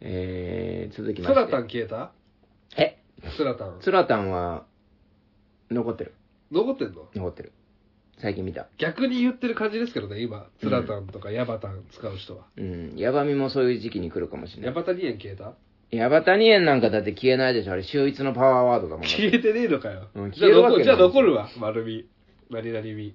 [SPEAKER 1] えー、続きま
[SPEAKER 2] そら
[SPEAKER 1] したて
[SPEAKER 2] ん消えた
[SPEAKER 1] え
[SPEAKER 2] そらたん
[SPEAKER 1] つらたんは残ってる
[SPEAKER 2] 残ってんの
[SPEAKER 1] 残ってる最近見た
[SPEAKER 2] 逆に言ってる感じですけどね今つらたんとかヤバタン使う人は、
[SPEAKER 1] うんやばみもそういう時期に来るかもしれ
[SPEAKER 2] ヤ
[SPEAKER 1] ない
[SPEAKER 2] バタニエン消えた
[SPEAKER 1] やばたにえんなんかだって消えないでしょあれ秀逸のパワーワードだもん
[SPEAKER 2] 消えてねえのかよ、
[SPEAKER 1] うん
[SPEAKER 2] じ
[SPEAKER 1] 消
[SPEAKER 2] ゃあ
[SPEAKER 1] えるわけ
[SPEAKER 2] 残
[SPEAKER 1] ない
[SPEAKER 2] じゃあ残るわ丸み何々み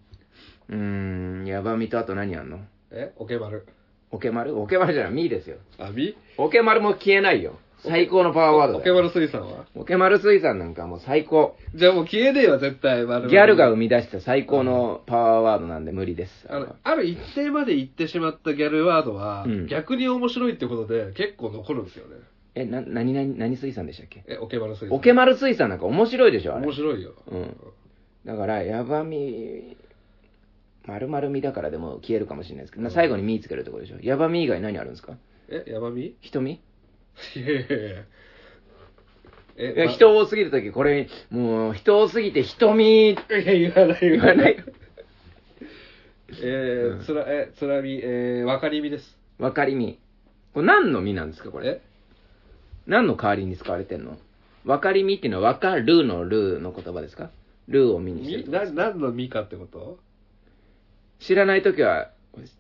[SPEAKER 1] うーんやばみとあと何あんの
[SPEAKER 2] えオケ丸
[SPEAKER 1] オケ丸オケ丸じゃないみーですよ
[SPEAKER 2] あみ
[SPEAKER 1] オケ丸も消えないよ最高のパワーワード
[SPEAKER 2] オ
[SPEAKER 1] だ
[SPEAKER 2] ケ
[SPEAKER 1] よ
[SPEAKER 2] 丸水産は
[SPEAKER 1] オケ丸水産なんかもう最高
[SPEAKER 2] じゃあもう消えねえわ絶対丸
[SPEAKER 1] ギャルが
[SPEAKER 2] う
[SPEAKER 1] 生み出した最高のパワーワードなんで無理です
[SPEAKER 2] あのある一定まで行ってしまったギャルワードは、
[SPEAKER 1] うん
[SPEAKER 2] 逆に面白いってことで結構残るんですよね
[SPEAKER 1] え、な、何、何、何水産でしたっけ
[SPEAKER 2] えオケ丸水産
[SPEAKER 1] オケマル水産なんか面白いでしょ、あれ
[SPEAKER 2] 面。白いよ
[SPEAKER 1] うん。だから、ヤバみ、丸々みだからでも消えるかもしれないですけど、まあ最後にみつけるところでしょ。ヤバみ以外何あるんですか
[SPEAKER 2] えヤバ み
[SPEAKER 1] 瞳
[SPEAKER 2] いやいやいやえ
[SPEAKER 1] いや、
[SPEAKER 2] ま
[SPEAKER 1] 人多すぎるとき、これ、もう、人多すぎて瞳って
[SPEAKER 2] いや言わない
[SPEAKER 1] 言わない。
[SPEAKER 2] えー、つらえつらみえー、わかりみです
[SPEAKER 1] わかりみ。これ何の実なんですか、これ。
[SPEAKER 2] え
[SPEAKER 1] 何の代わりに使われてんのわかりみっていうのは、わかるのるの言葉ですかるをみにしてるって
[SPEAKER 2] み
[SPEAKER 1] ことで
[SPEAKER 2] な
[SPEAKER 1] す
[SPEAKER 2] 何のみかってこと
[SPEAKER 1] 知らないときは、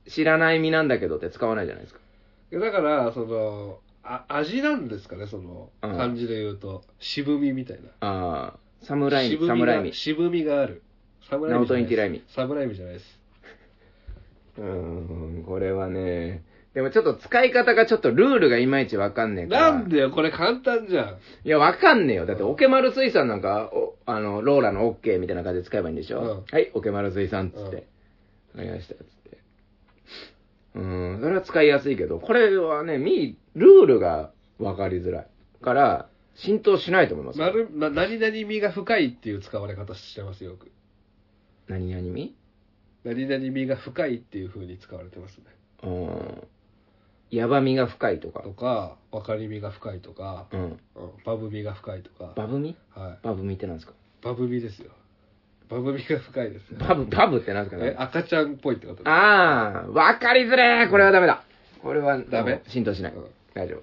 [SPEAKER 1] 知らない身なんだけどって使わないじゃないですか。
[SPEAKER 2] いやだから、その、あ味なんですかね、その、
[SPEAKER 1] うん
[SPEAKER 2] 感じで言うと。渋みみたいな。
[SPEAKER 1] ああ、侍味、
[SPEAKER 2] 渋み
[SPEAKER 1] 侍
[SPEAKER 2] が
[SPEAKER 1] 味。
[SPEAKER 2] 渋みがある。侍味じゃない
[SPEAKER 1] ナオトインティライミ
[SPEAKER 2] です。侍味じゃないです。
[SPEAKER 1] うーん、これはね、でもちょっと使い方がちょっとルールがいまいちわかんねえから。
[SPEAKER 2] なんでよ、これ簡単じゃん。
[SPEAKER 1] いや、わかんねえよ。だって、オケマル水産なんか、おあの、ローラのオッケーみたいな感じで使えばいいんでしょ、
[SPEAKER 2] うん
[SPEAKER 1] はい、オケマル水産っつって。わ、かりました、つって。うーん、それは使いやすいけど、これはね、み、ルールがわかりづらい。から、浸透しないと思いますよ。
[SPEAKER 2] なるな何々味が深いっていう使われ方してますよよく
[SPEAKER 1] 何々み
[SPEAKER 2] 何々味が深いっていう風に使われてますね
[SPEAKER 1] うーん。ヤバみが深いとか
[SPEAKER 2] と。か分かり味が深いとか、
[SPEAKER 1] うん。
[SPEAKER 2] うんバブ味が深いとか
[SPEAKER 1] バブみ
[SPEAKER 2] はい、
[SPEAKER 1] バブみってなんですか
[SPEAKER 2] バブ味ですよバブ味が深いですよ
[SPEAKER 1] バブ、バブってなんですか
[SPEAKER 2] え
[SPEAKER 1] ね
[SPEAKER 2] 赤ちゃんっぽいってことです
[SPEAKER 1] ああ、わかりづれーこれはダメだこれは
[SPEAKER 2] ダメ
[SPEAKER 1] もう浸透しない。
[SPEAKER 2] うん
[SPEAKER 1] 大丈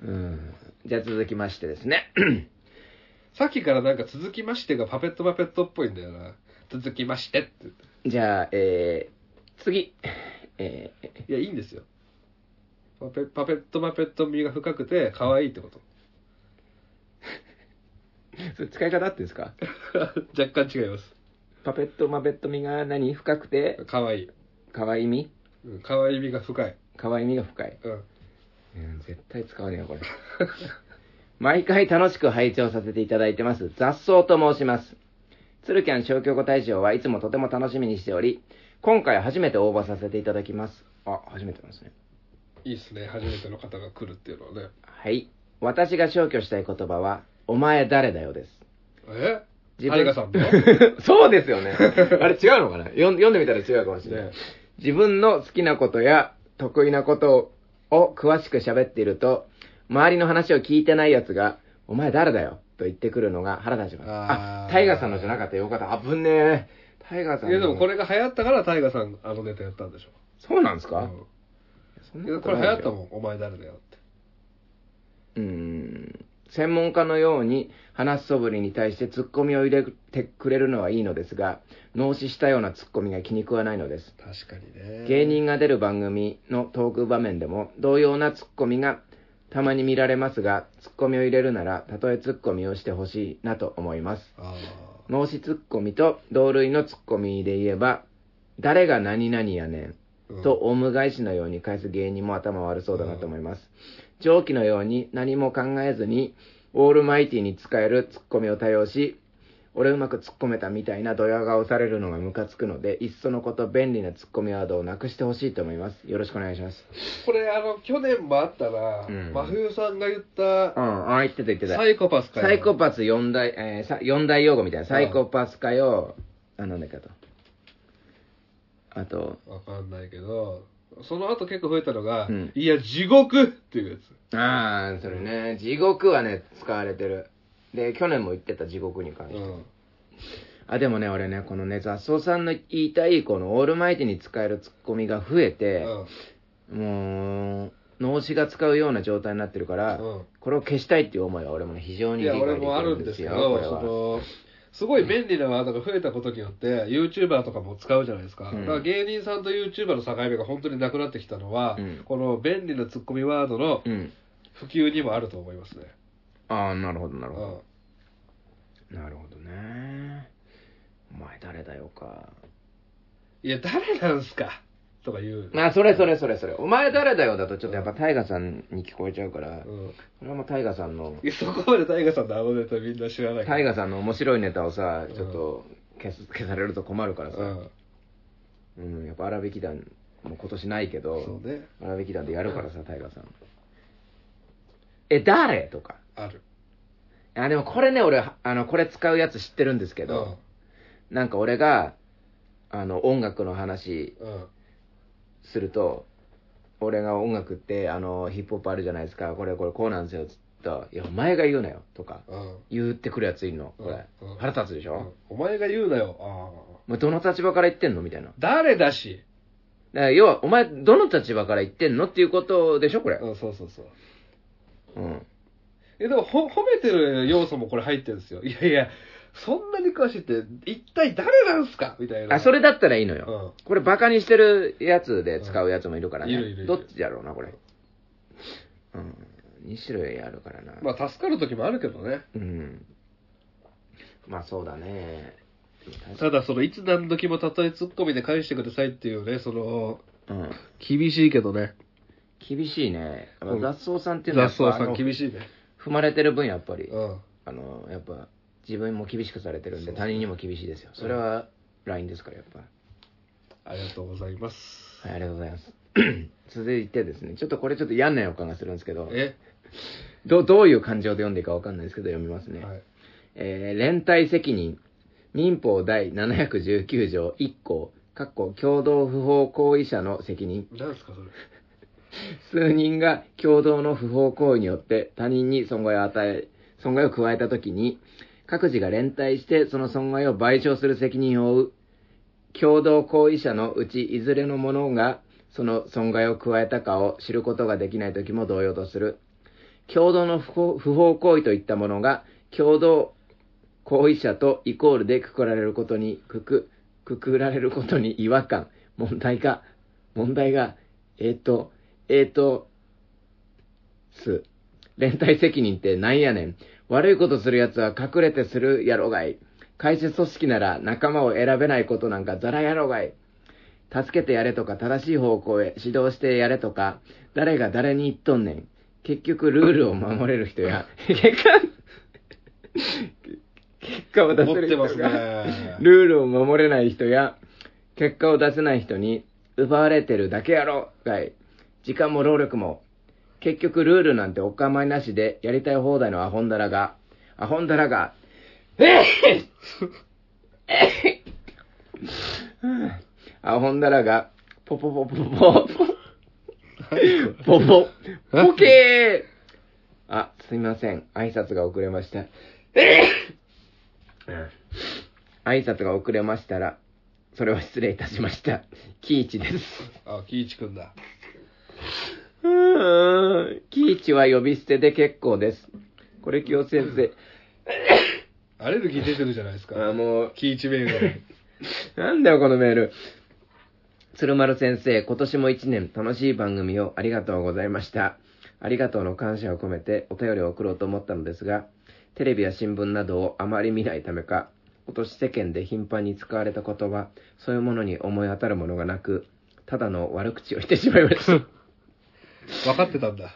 [SPEAKER 1] 夫。うん。じゃあ続きましてです ね。
[SPEAKER 2] さっきからなんか続きましてがパペットパペットっぽいんだよな続きましてって言っ
[SPEAKER 1] じゃあ、えー、次。えー、
[SPEAKER 2] ていやいいんですよパペパペットパペット味が深くて可愛いってこと
[SPEAKER 1] それ使い方あってんですか
[SPEAKER 2] 若干違います
[SPEAKER 1] パペットマペット身が何深くて、
[SPEAKER 2] 可愛い
[SPEAKER 1] 可愛い身
[SPEAKER 2] うん可愛い味が深い、
[SPEAKER 1] 可愛い身が深い。
[SPEAKER 2] うん、
[SPEAKER 1] うん、絶対使わねえよ、これ。 毎回楽しく拝聴させていただいてます。雑草と申します。つるキャン小京子大賞はいつもとても楽しみにしており、今回初めて応募させていただきます。あ、初めてなんですね。
[SPEAKER 2] いいっすね初めての方が来るっていうのはね
[SPEAKER 1] はい。私が消去したい言葉は、お前誰だよです。
[SPEAKER 2] え
[SPEAKER 1] 自分
[SPEAKER 2] タイガさ んも
[SPEAKER 1] そうです よね。あれ違うのかな読ん読んでみたら違うかもしれない。
[SPEAKER 2] ね
[SPEAKER 1] 自分の好きなことや得意なことを詳しく喋っていると、周りの話を聞いてない奴が、お前誰だよと言ってくるのが腹立ちます。あ
[SPEAKER 2] あー
[SPEAKER 1] タイガーさんのじゃなかったよかった。あぶねえ。タイガーさん
[SPEAKER 2] い
[SPEAKER 1] の。
[SPEAKER 2] やでもこれが流行ったからタイガさんあのネタやったんでしょ
[SPEAKER 1] そうなんですか、
[SPEAKER 2] う
[SPEAKER 1] そん
[SPEAKER 2] ん
[SPEAKER 1] ない
[SPEAKER 2] や
[SPEAKER 1] と
[SPEAKER 2] これ流
[SPEAKER 1] ないで
[SPEAKER 2] 行っ
[SPEAKER 1] しょ
[SPEAKER 2] たもんお前誰だよって
[SPEAKER 1] うーん専門家のように話す素振りに対してツッコミを入れてくれるのはいいのですが脳死したようなツッコミが気に食わないのです
[SPEAKER 2] 確かにね
[SPEAKER 1] 芸人が出る番組のトーク場面でも同様なツッコミがたまに見られますがツッコミを入れるならたとえツッコミをしてほしいなと思います
[SPEAKER 2] あ
[SPEAKER 1] 脳死ツッコミと同類のツッコミで言えば誰が何々やねん
[SPEAKER 2] ーうん
[SPEAKER 1] とオウム返しのように返す芸人も頭悪そうだなと思います。上記のように何も考えずに、オールマイティに使えるツッコミを多用し、俺うまく突っ込めたみたいなドヤ顔されるのがムカつくので、いっそのこと便利なツッコミワードをなくしてほしいと思います。よろしくお願いします。
[SPEAKER 2] これあの去年もあったな、
[SPEAKER 1] うん
[SPEAKER 2] 真冬さんが言っ
[SPEAKER 1] う
[SPEAKER 2] た
[SPEAKER 1] ん、あ、言ってた言ってた。
[SPEAKER 2] サイコパスかよ
[SPEAKER 1] サイコパス四大、えーさ四大用語みたいな。サイコパスかよ、あ、なんだっけあと。あと、
[SPEAKER 2] わかんないけどその後結構増えたのが、
[SPEAKER 1] うん
[SPEAKER 2] いや地獄っていうやつ
[SPEAKER 1] ああ、それね。地獄はね、使われてる。で、去年も言ってた地獄に関して。
[SPEAKER 2] うん
[SPEAKER 1] あ、でもね、俺ね、このね、雑草さんの言いたい、このオールマイティに使えるツッコミが増え
[SPEAKER 2] う
[SPEAKER 1] て、
[SPEAKER 2] ん
[SPEAKER 1] もう、脳死が使うような状態になってるから、
[SPEAKER 2] うん
[SPEAKER 1] これを消したいっていう思いは俺もね非常に
[SPEAKER 2] い
[SPEAKER 1] 理
[SPEAKER 2] や、
[SPEAKER 1] 解で
[SPEAKER 2] 俺
[SPEAKER 1] き
[SPEAKER 2] もあ
[SPEAKER 1] る
[SPEAKER 2] る
[SPEAKER 1] んで
[SPEAKER 2] んですすけ
[SPEAKER 1] よ、
[SPEAKER 2] ど、
[SPEAKER 1] これ
[SPEAKER 2] そ
[SPEAKER 1] は。
[SPEAKER 2] の、すごい便利なワードが増えたことによって、YouTuber とかも使うじゃないですか。
[SPEAKER 1] うん
[SPEAKER 2] だから芸人さんと YouTuber の境目が本当になくなってきたのは、
[SPEAKER 1] うん
[SPEAKER 2] この便利なツッコミワードの
[SPEAKER 1] うん。
[SPEAKER 2] 普及にもあると思いますね。
[SPEAKER 1] ああ、なるほど、な
[SPEAKER 2] う
[SPEAKER 1] る
[SPEAKER 2] ん
[SPEAKER 1] ほど。なるほどね。お前誰だよか。
[SPEAKER 2] いや、誰なんすかとか言う。
[SPEAKER 1] まあ、それそれそれそれ。お前誰だよだとちょっとやっぱタイガさんに聞こえちゃうから、
[SPEAKER 2] うん
[SPEAKER 1] これはもうタイガさんの
[SPEAKER 2] いやそこまでタイガさんのあのネタみんな知らないか
[SPEAKER 1] タ
[SPEAKER 2] ら。
[SPEAKER 1] イガさんの面白いネタをさ
[SPEAKER 2] うん
[SPEAKER 1] ちょっと消す消されると困るから
[SPEAKER 2] う
[SPEAKER 1] さ、
[SPEAKER 2] ん。
[SPEAKER 1] うんやっぱ荒引き団も今年ないけど
[SPEAKER 2] そうね。
[SPEAKER 1] 荒引き団でやるからさタイガさん「え誰?」とか
[SPEAKER 2] ある。
[SPEAKER 1] あでもこれね俺あのこれ使うやつ知ってるんですけど、なんか俺があの音楽の話
[SPEAKER 2] うん。うん。
[SPEAKER 1] すると俺が音楽ってあのヒップホップあるじゃないですかこれこれこうなんですよつったいやお前が言うなよ」とか
[SPEAKER 2] うん。
[SPEAKER 1] 言ってくるやついるのこれ、
[SPEAKER 2] うんうん
[SPEAKER 1] 腹立つでしょ、
[SPEAKER 2] うんお前が言うなよ。ああ。
[SPEAKER 1] お前どの立場から言ってんのみたいな。だか
[SPEAKER 2] 誰だし。
[SPEAKER 1] ら要は、お前、どの立場から言ってんのっていうことでしょ、これ。
[SPEAKER 2] うん、そうそうそう。
[SPEAKER 1] うん。
[SPEAKER 2] えでもほ褒めてる要素もこれ入ってるんですよいやいやそんなに詳しいって、一体誰なんすかみたいな。
[SPEAKER 1] あ、そ
[SPEAKER 2] れ
[SPEAKER 1] れだったらいいの
[SPEAKER 2] う
[SPEAKER 1] よ。
[SPEAKER 2] ん。
[SPEAKER 1] これバカにしてるやつで使うやつもいるから
[SPEAKER 2] うんいるいるい
[SPEAKER 1] ね。
[SPEAKER 2] る
[SPEAKER 1] どっちだろうな、これ。うん。2種類あるからな。
[SPEAKER 2] まあ、助かる時もあるけどね。
[SPEAKER 1] うん。まあそうだね。
[SPEAKER 2] ただ、その、いつ何時もたとえツッコミで返してくださいっていうね、その、
[SPEAKER 1] うん。
[SPEAKER 2] 厳しいけどね。
[SPEAKER 1] 厳しいね。やっ
[SPEAKER 2] うん
[SPEAKER 1] ぱ雑草さんっていうのは
[SPEAKER 2] 雑
[SPEAKER 1] やっぱ
[SPEAKER 2] 草さん
[SPEAKER 1] あの
[SPEAKER 2] 厳しいね。
[SPEAKER 1] 踏まれてる分やっぱり、
[SPEAKER 2] うん。
[SPEAKER 1] あの、やっぱ自分も厳しくされてるん
[SPEAKER 2] そ
[SPEAKER 1] で
[SPEAKER 2] う
[SPEAKER 1] 他人にも厳しいですよ。それは LINE ですからやっぱ。
[SPEAKER 2] ありがとうございます。
[SPEAKER 1] はい、ありがとうございます。 続いてですね、ちょっとこれちょっと嫌な予感がするんですけど、
[SPEAKER 2] え
[SPEAKER 1] どどういう感情で読んでいいかわかんないですけど読みますね。
[SPEAKER 2] はい。
[SPEAKER 1] えー連帯責任民法第719条1項かっこ共同不法行為者の責任
[SPEAKER 2] 何すか、それ。
[SPEAKER 1] 数人が共同の不法行為によって他人に損害を与え損害を加えた時に各自が連帯してその損害を賠償する責任を負う共同行為者のうちいずれの者がその損害を加えたかを知ることができない時も同様とする共同の不法不法行為といったものが共同行為者とイコールでくくられることにくくくくられることに違和感問題が問題がえっ、とえっ、とす連帯責任ってなんやねん悪いことするやつは隠れてするやろがい会社組織なら仲間を選べないことなんかざらやろがい助けてやれとか正しい方向へ指導してやれとか誰が誰に言っとんねん結局ルールを守れる人 や結果結果を出せ
[SPEAKER 2] 持
[SPEAKER 1] る
[SPEAKER 2] って
[SPEAKER 1] 人が
[SPEAKER 2] ますね。
[SPEAKER 1] ルールを守れない人や、結果を出せない人に、奪われてるだけやろがい。時間も労力も。結局ルールなんてお構いなしで、やりたい放題のアホンダラが、アホンダラが、えっえっアホンダラが、ポポポポポ、ポポ、ポケーあ、すいません。挨拶が遅れました。挨拶が遅れましたら、それは失礼いたしました。キイチです。
[SPEAKER 2] あ、キイチくんだ。
[SPEAKER 1] うーんキイチは呼び捨てで結構です。これ清先生。
[SPEAKER 2] アレルギー出てるじゃないです
[SPEAKER 1] あ
[SPEAKER 2] か。
[SPEAKER 1] もう、
[SPEAKER 2] キイチ名言。
[SPEAKER 1] なんだよこのメール。鶴丸先生、今年も一年楽しい番組をありがとうございました。ありがとうの感謝を込めてお便りを送ろうと思ったのですが、テレビや新聞などをあまり見ないためか、今年世間で頻繁に使われた言葉、そういうものに思い当たるものがなく、ただの悪口を言ってしまいました。
[SPEAKER 2] 分かってたんだ。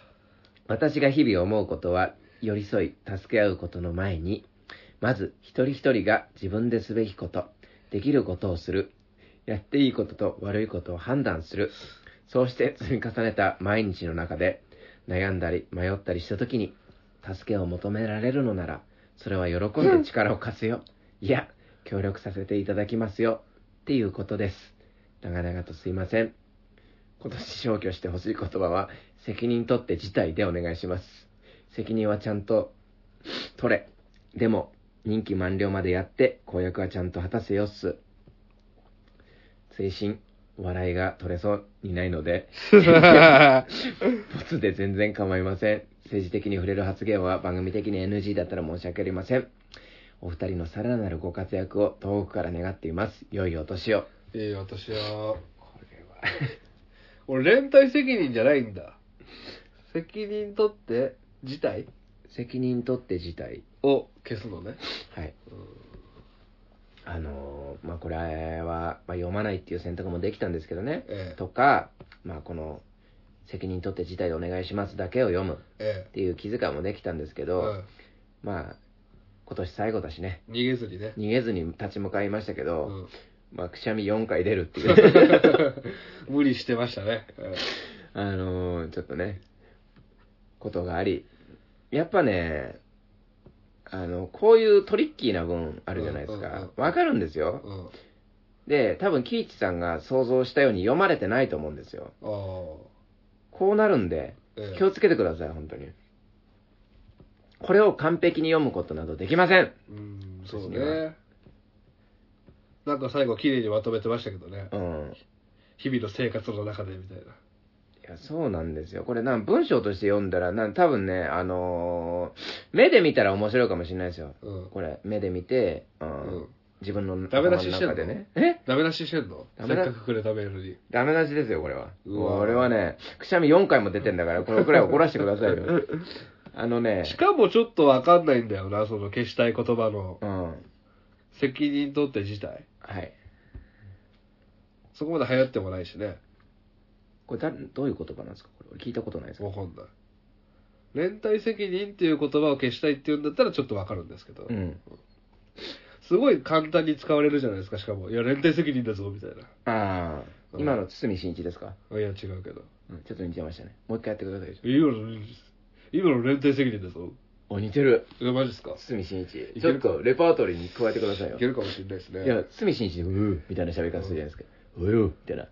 [SPEAKER 1] 私が日々思うことは寄り添い助け合うことの前にまず一人一人が自分ですべきことできることをするやっていいことと悪いことを判断するそうして積み重ねた毎日の中で悩んだり迷ったりした時に助けを求められるのならそれは喜んで力を貸すよいや協力させていただきますよっていうことです長々とすいません今年消去してほしい言葉は責任取って辞退でお願いします責任はちゃんと取れでも任期満了までやって公約はちゃんと果たせよっす追伸笑いが取れそうにないのでボツで全然構いません。政治的に触れる発言は番組的に NG だったら申し訳ありません。お二人のさらなるご活躍を遠くから願っています。良いお年を。
[SPEAKER 2] ええ、私は。俺、連帯責任じゃないんだ。責任取って、事態
[SPEAKER 1] 責任取って辞退。
[SPEAKER 2] を消すのね。
[SPEAKER 1] はい。あのーまあ、これは、まあ、読まないっていう選択もできたんですけどね。
[SPEAKER 2] ええ
[SPEAKER 1] とか、まあ、この、責任取って辞退でお願いしますだけを読む
[SPEAKER 2] え
[SPEAKER 1] っていう気遣いもできたんですけ
[SPEAKER 2] え
[SPEAKER 1] ど、
[SPEAKER 2] うん
[SPEAKER 1] まあ、今年最後だしね、
[SPEAKER 2] 逃げずにね。
[SPEAKER 1] 逃げずに立ち向かいましたけど、
[SPEAKER 2] うん
[SPEAKER 1] まあ、くしゃみ4回出るって いう。
[SPEAKER 2] 無理してましたね。え
[SPEAKER 1] あのーちょっとね、ことがあり。やっぱね、あの、こういうトリッキーな分あるじゃないです
[SPEAKER 2] うんうんうん
[SPEAKER 1] か。わかるんです
[SPEAKER 2] え
[SPEAKER 1] よ。
[SPEAKER 2] うん。あ
[SPEAKER 1] で、多分、キイチさんが想像したように読まれてないと思うんですよ。
[SPEAKER 2] あ。
[SPEAKER 1] こうなるんで、
[SPEAKER 2] ええ
[SPEAKER 1] 気をつけてください、本当に。これを完璧に読むことなどできません。
[SPEAKER 2] うん、そう
[SPEAKER 1] 私には
[SPEAKER 2] ね。なんか最後、綺麗にまとめてましたけどね。
[SPEAKER 1] うん。
[SPEAKER 2] 日々の生活の中でみたいな。
[SPEAKER 1] いや、そうなんですよ。これ、なん文章として読んだら、なん多分ね、あのー目で見たら面白いかもしれないですよ。
[SPEAKER 2] うん。
[SPEAKER 1] これ、目で見て、う
[SPEAKER 2] うんん。
[SPEAKER 1] 自分の
[SPEAKER 2] ダメ出ししてんの
[SPEAKER 1] 頭の中でね。え
[SPEAKER 2] ダメ出ししてんのせ
[SPEAKER 1] ダ
[SPEAKER 2] っ
[SPEAKER 1] メだ
[SPEAKER 2] かくくれたメールに。
[SPEAKER 1] ダメ出しですよ、これは。
[SPEAKER 2] うわ
[SPEAKER 1] これはね、くしゃみ4回も出てんだから、これくらい怒らせてくださ いよ。あのね、
[SPEAKER 2] しかもちょっとわかんないんだよな、その消したい言葉の
[SPEAKER 1] うん。
[SPEAKER 2] 責任取って自体。
[SPEAKER 1] はい。
[SPEAKER 2] そこまで流行ってもないしね。
[SPEAKER 1] これだ、どういう言葉なんですかこれ、俺聞いたことないですか
[SPEAKER 2] わかんない。連帯責任っていう言葉を消したいっていうんだったらちょっとわかるんですけど、
[SPEAKER 1] うん。
[SPEAKER 2] すごい簡単に使われるじゃないですか、しかも。いや、連帯責任だぞ、みたいな。
[SPEAKER 1] あ
[SPEAKER 2] う
[SPEAKER 1] あ、
[SPEAKER 2] ん
[SPEAKER 1] 今の堤真一ですか
[SPEAKER 2] いや、違うけど。
[SPEAKER 1] うん、ちょっと似てましたね。もう一回やってくださいよ。
[SPEAKER 2] 今の、今の連帯責任だぞ。
[SPEAKER 1] お、似てる。
[SPEAKER 2] いや、マジっすか
[SPEAKER 1] 堤真一。ち
[SPEAKER 2] いけ
[SPEAKER 1] ょっ
[SPEAKER 2] るか
[SPEAKER 1] とレパートリーに加えてくださいよ
[SPEAKER 2] い。けるかもしれないですね。
[SPEAKER 1] いや、堤真一で、うーみたいな喋り方するじゃないですか。うーみたいな。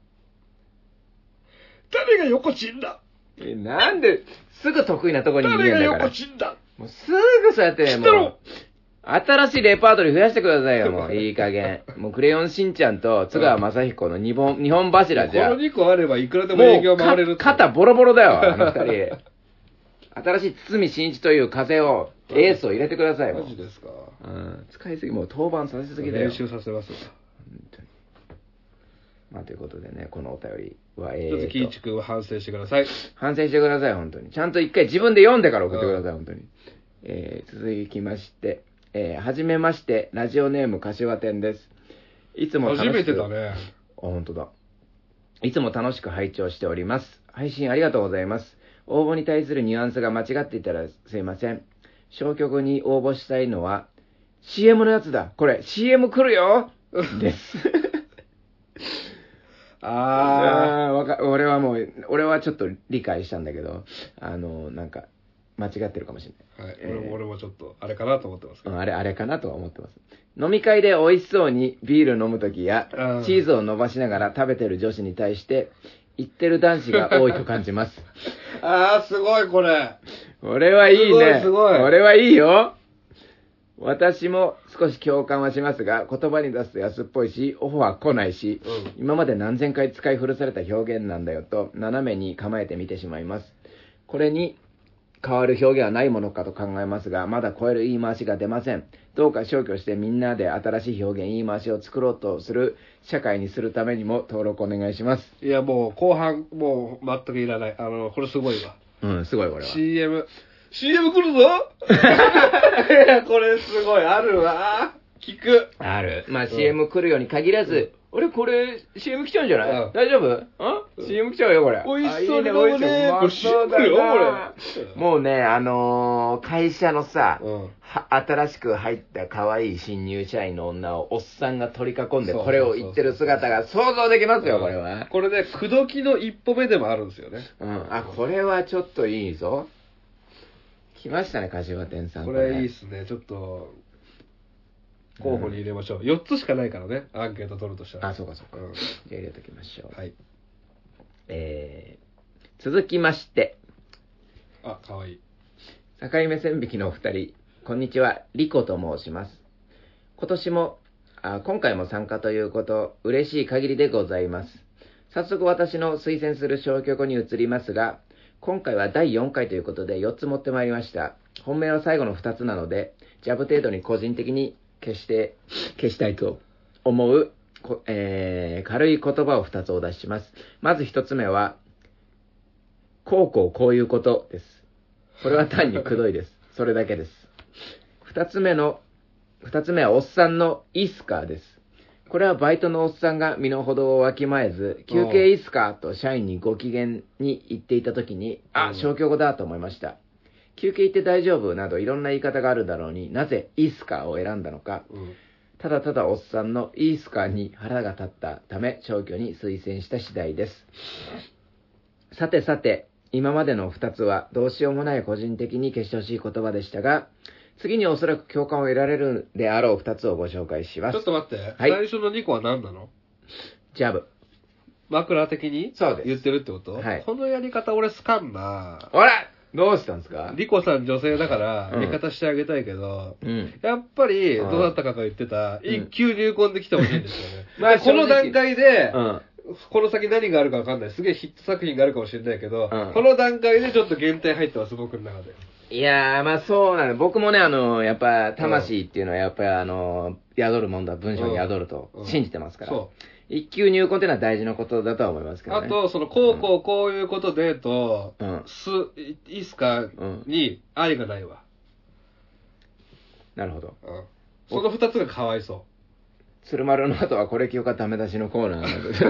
[SPEAKER 2] 誰が横ちんだ
[SPEAKER 1] え、なんで、すぐ得意なとこに逃
[SPEAKER 2] 誰
[SPEAKER 1] げん
[SPEAKER 2] が
[SPEAKER 1] だから
[SPEAKER 2] 横。ちんだ
[SPEAKER 1] もうすぐそうやってね、
[SPEAKER 2] 知っ
[SPEAKER 1] も
[SPEAKER 2] た
[SPEAKER 1] う
[SPEAKER 2] ろ。
[SPEAKER 1] 新しいレパートリー増やしてくださいよ、もう。いい加減。もう、クレヨンしんちゃんと津川雅彦の 二本、二本柱じゃ。
[SPEAKER 2] この2個あればいくらでも営
[SPEAKER 1] も
[SPEAKER 2] 業
[SPEAKER 1] う
[SPEAKER 2] 回れる
[SPEAKER 1] か
[SPEAKER 2] って
[SPEAKER 1] 肩ボロボロだよ、あの二人。新しい堤真一という風を、エースを入れてください、もう
[SPEAKER 2] マジですか
[SPEAKER 1] うん使いすぎ、もう登板させすぎだよ。
[SPEAKER 2] 練習させますわ
[SPEAKER 1] 本当にまあ、ということでね、このお便りは、え
[SPEAKER 2] ちょっと喜
[SPEAKER 1] ーと
[SPEAKER 2] 一、君は反省してください
[SPEAKER 1] 反省してください、本当に。ちゃんと一回自分で読んでから送ってください、
[SPEAKER 2] う
[SPEAKER 1] 本当に。えー続きまして、えーはじめまして、ラジオネーム柏店です。いつも楽し
[SPEAKER 2] 初
[SPEAKER 1] く
[SPEAKER 2] めてだね
[SPEAKER 1] あ、本当だ。いつも楽しく拝聴しております。配信ありがとうございます。応募に対するニュアンスが間違っていたらすいません。消極に応募したいのは、CM のやつだこれ、CM 来るよ です。
[SPEAKER 2] あ
[SPEAKER 1] ああ、わか、俺はもう、俺はちょっと理解したんだけど、あの、なんか、間違ってるかもしれない。
[SPEAKER 2] あ、はい、
[SPEAKER 1] えー
[SPEAKER 2] 俺も俺もちょっとあれかなと思ってますけ
[SPEAKER 1] う
[SPEAKER 2] ど
[SPEAKER 1] んあれ、あれかなとは思ってます。飲み会で美味しそうにビール飲むときや
[SPEAKER 2] うん、
[SPEAKER 1] チーズを伸ばしながら食べてる女子に対して、言ってる男子が多いと感じます。
[SPEAKER 2] ああすごいこれ
[SPEAKER 1] 俺はいいね。
[SPEAKER 2] すごいすごい
[SPEAKER 1] 俺はいいよ。私も少し共感はしますが、言葉に出すと安っぽいし、オファー来ないし、
[SPEAKER 2] う
[SPEAKER 1] 今まで何千回使い古された表現なんだよと、斜めに構えて見てしまいます。これに変わる表現はないものかと考えますが、まだ超える言い回しが出ません。どうか消去してみんなで新しい表現、言い回しを作ろうとする社会にするためにも登録お願いします。
[SPEAKER 2] いやもう後半もう全くいらないあのこれすごいわ
[SPEAKER 1] うん、すごいこれは。
[SPEAKER 2] CMCM 来るぞ いやこれすごいあるわ聞く
[SPEAKER 1] ある。まあ、
[SPEAKER 2] ん
[SPEAKER 1] CM 来るように限らず、俺これ CM 来ちゃうんじゃない、
[SPEAKER 2] うん
[SPEAKER 1] 大丈夫あ、?CM 来ちゃうよ、これ。
[SPEAKER 2] 美味しそうに飲
[SPEAKER 1] あいい
[SPEAKER 2] むね
[SPEAKER 1] 美味しそううま
[SPEAKER 2] これ CM 来るよ
[SPEAKER 1] そうだな
[SPEAKER 2] これ
[SPEAKER 1] もうね、あのー会社のさ、
[SPEAKER 2] うん
[SPEAKER 1] は新しく入った可愛い新入社員の女をおっさんが取り囲んで
[SPEAKER 2] そう
[SPEAKER 1] これを言ってる姿が想像できますよ、これは。
[SPEAKER 2] これね口説きの一歩目でもあるんですよね
[SPEAKER 1] うん。あ、これはちょっといいぞ。来ましたね、柏店さん。
[SPEAKER 2] これいいっすねちょっと候補に入れましょう、4つしかないからねアンケート取るとしたら
[SPEAKER 1] あ、そうかそうか。
[SPEAKER 2] うん
[SPEAKER 1] じゃあ入れときましょう。
[SPEAKER 2] はい
[SPEAKER 1] えー続きまして、
[SPEAKER 2] あかわいい
[SPEAKER 1] 境目線引きのお二人、こんにちは、リコと申します。今年も、あ今回も参加ということ、嬉しい限りでございます。早速私の推薦する消去語に移りますが、今回は第4回ということで4つ持ってまいりました。本命は最後の2つなので、ジャブ程度に個人的に消して、消したいと思う、こえー軽い言葉を2つお出しします。まず1つ目は、こうこうこういうことです。これは単にくどいです。それだけです。2つ目の、2つ目はおっさんのイスカーです。これはバイトのおっさんが身の程をわきまえず、休憩いいっすかと社員にご機嫌に言っていたときに、
[SPEAKER 2] う
[SPEAKER 1] あ、
[SPEAKER 2] ん
[SPEAKER 1] 消去語だと思いました。休憩行って大丈夫などいろんな言い方があるだろうになぜいいっすかを選んだのか、
[SPEAKER 2] うん
[SPEAKER 1] ただただおっさんのいいっすかに腹が立ったため、消去に推薦した次第です。さてさて、今までの2つはどうしようもない個人的に消してほしい言葉でしたが、次におそらく共感を得られるであろう2つをご紹介しま
[SPEAKER 2] ち
[SPEAKER 1] す
[SPEAKER 2] ょっ。と待って、
[SPEAKER 1] はい
[SPEAKER 2] 最初の2個は何なの
[SPEAKER 1] ジャブ。
[SPEAKER 2] 枕的に
[SPEAKER 1] そうです
[SPEAKER 2] 言ってるってこと、
[SPEAKER 1] はい
[SPEAKER 2] このやり方俺好かんな
[SPEAKER 1] あらどうしたんですか
[SPEAKER 2] リコさん女性だから
[SPEAKER 1] うん
[SPEAKER 2] 味方してあげたいけど、
[SPEAKER 1] うん。
[SPEAKER 2] やっぱり
[SPEAKER 1] う
[SPEAKER 2] ど
[SPEAKER 1] ん
[SPEAKER 2] うだったかが言ってた、
[SPEAKER 1] うん
[SPEAKER 2] 一級入魂できてほしいんですよね
[SPEAKER 1] まあ
[SPEAKER 2] でこの
[SPEAKER 1] 正直
[SPEAKER 2] 段階で、
[SPEAKER 1] うん。
[SPEAKER 2] この先何があるかわかんない。すげえヒット作品があるかもしれないけど、
[SPEAKER 1] うん
[SPEAKER 2] この段階でちょっと減点入ってます、僕の中で。
[SPEAKER 1] いやー、まあそうなの。僕もね、あの、やっぱ、魂っていうのは、やっぱりあの、宿るもんだ、文章に宿ると
[SPEAKER 2] うん
[SPEAKER 1] 信じてますから。
[SPEAKER 2] そ
[SPEAKER 1] 一級入魂っていうのは大事なことだとは思いますけ
[SPEAKER 2] う。
[SPEAKER 1] ど
[SPEAKER 2] あ
[SPEAKER 1] ね。
[SPEAKER 2] と、その、こうこうこういうことでと、
[SPEAKER 1] うん。
[SPEAKER 2] す、いいいっすか
[SPEAKER 1] うん
[SPEAKER 2] に愛がないわ。
[SPEAKER 1] なるほど。
[SPEAKER 2] うん。その二つがかわいそ
[SPEAKER 1] 鶴丸の後はこれ記憶はダメ出しのコーナーなんです。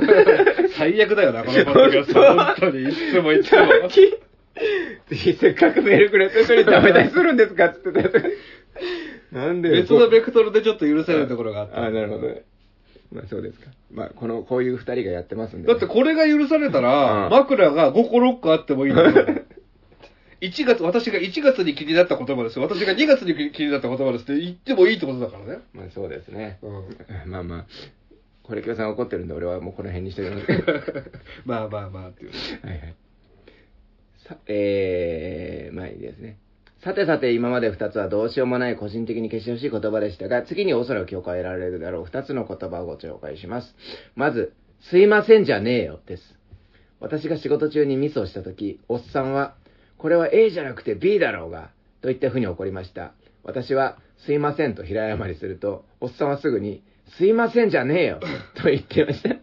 [SPEAKER 2] う。最悪だよな、このポッドキャスト。本当に、いつもいつも。
[SPEAKER 1] せっかくメールくれてそれにダメ出しするんですかっつってたやつがなんで
[SPEAKER 2] 別のベクトルでちょっと許せないところがあった。
[SPEAKER 1] あ、なるほどね。まあそうですか。まあ、この、こういう二人がやってますんで
[SPEAKER 2] だ
[SPEAKER 1] ね、
[SPEAKER 2] ってこれが許されたら、
[SPEAKER 1] うん
[SPEAKER 2] 枕が5個6個あってもいいのよ。1月、私が1月に気になった言葉ですよ。私が2月に気になった言葉ですって言ってもいいってことだからね。
[SPEAKER 1] まあそうですね。
[SPEAKER 2] うん。
[SPEAKER 1] まあまあ、これ、京さん怒ってるんで、俺はもうこの辺にしておきます。は
[SPEAKER 2] まあまあまあっていう。
[SPEAKER 1] いはい。さ、えー、まあいいですね。さてさて、今まで2つはどうしようもない個人的に消してほしい言葉でしたが、次におそらく共感を得られるだろう2つの言葉をご紹介します。まず、すいませんじゃねえよです。私が仕事中にミスをしたとき、おっさんは、これは A じゃなくて B だろうが、といったふうに怒りました。私は、すいませんと平謝りすると、おっさんはすぐに、すいませんじゃねえよ、と言ってま した。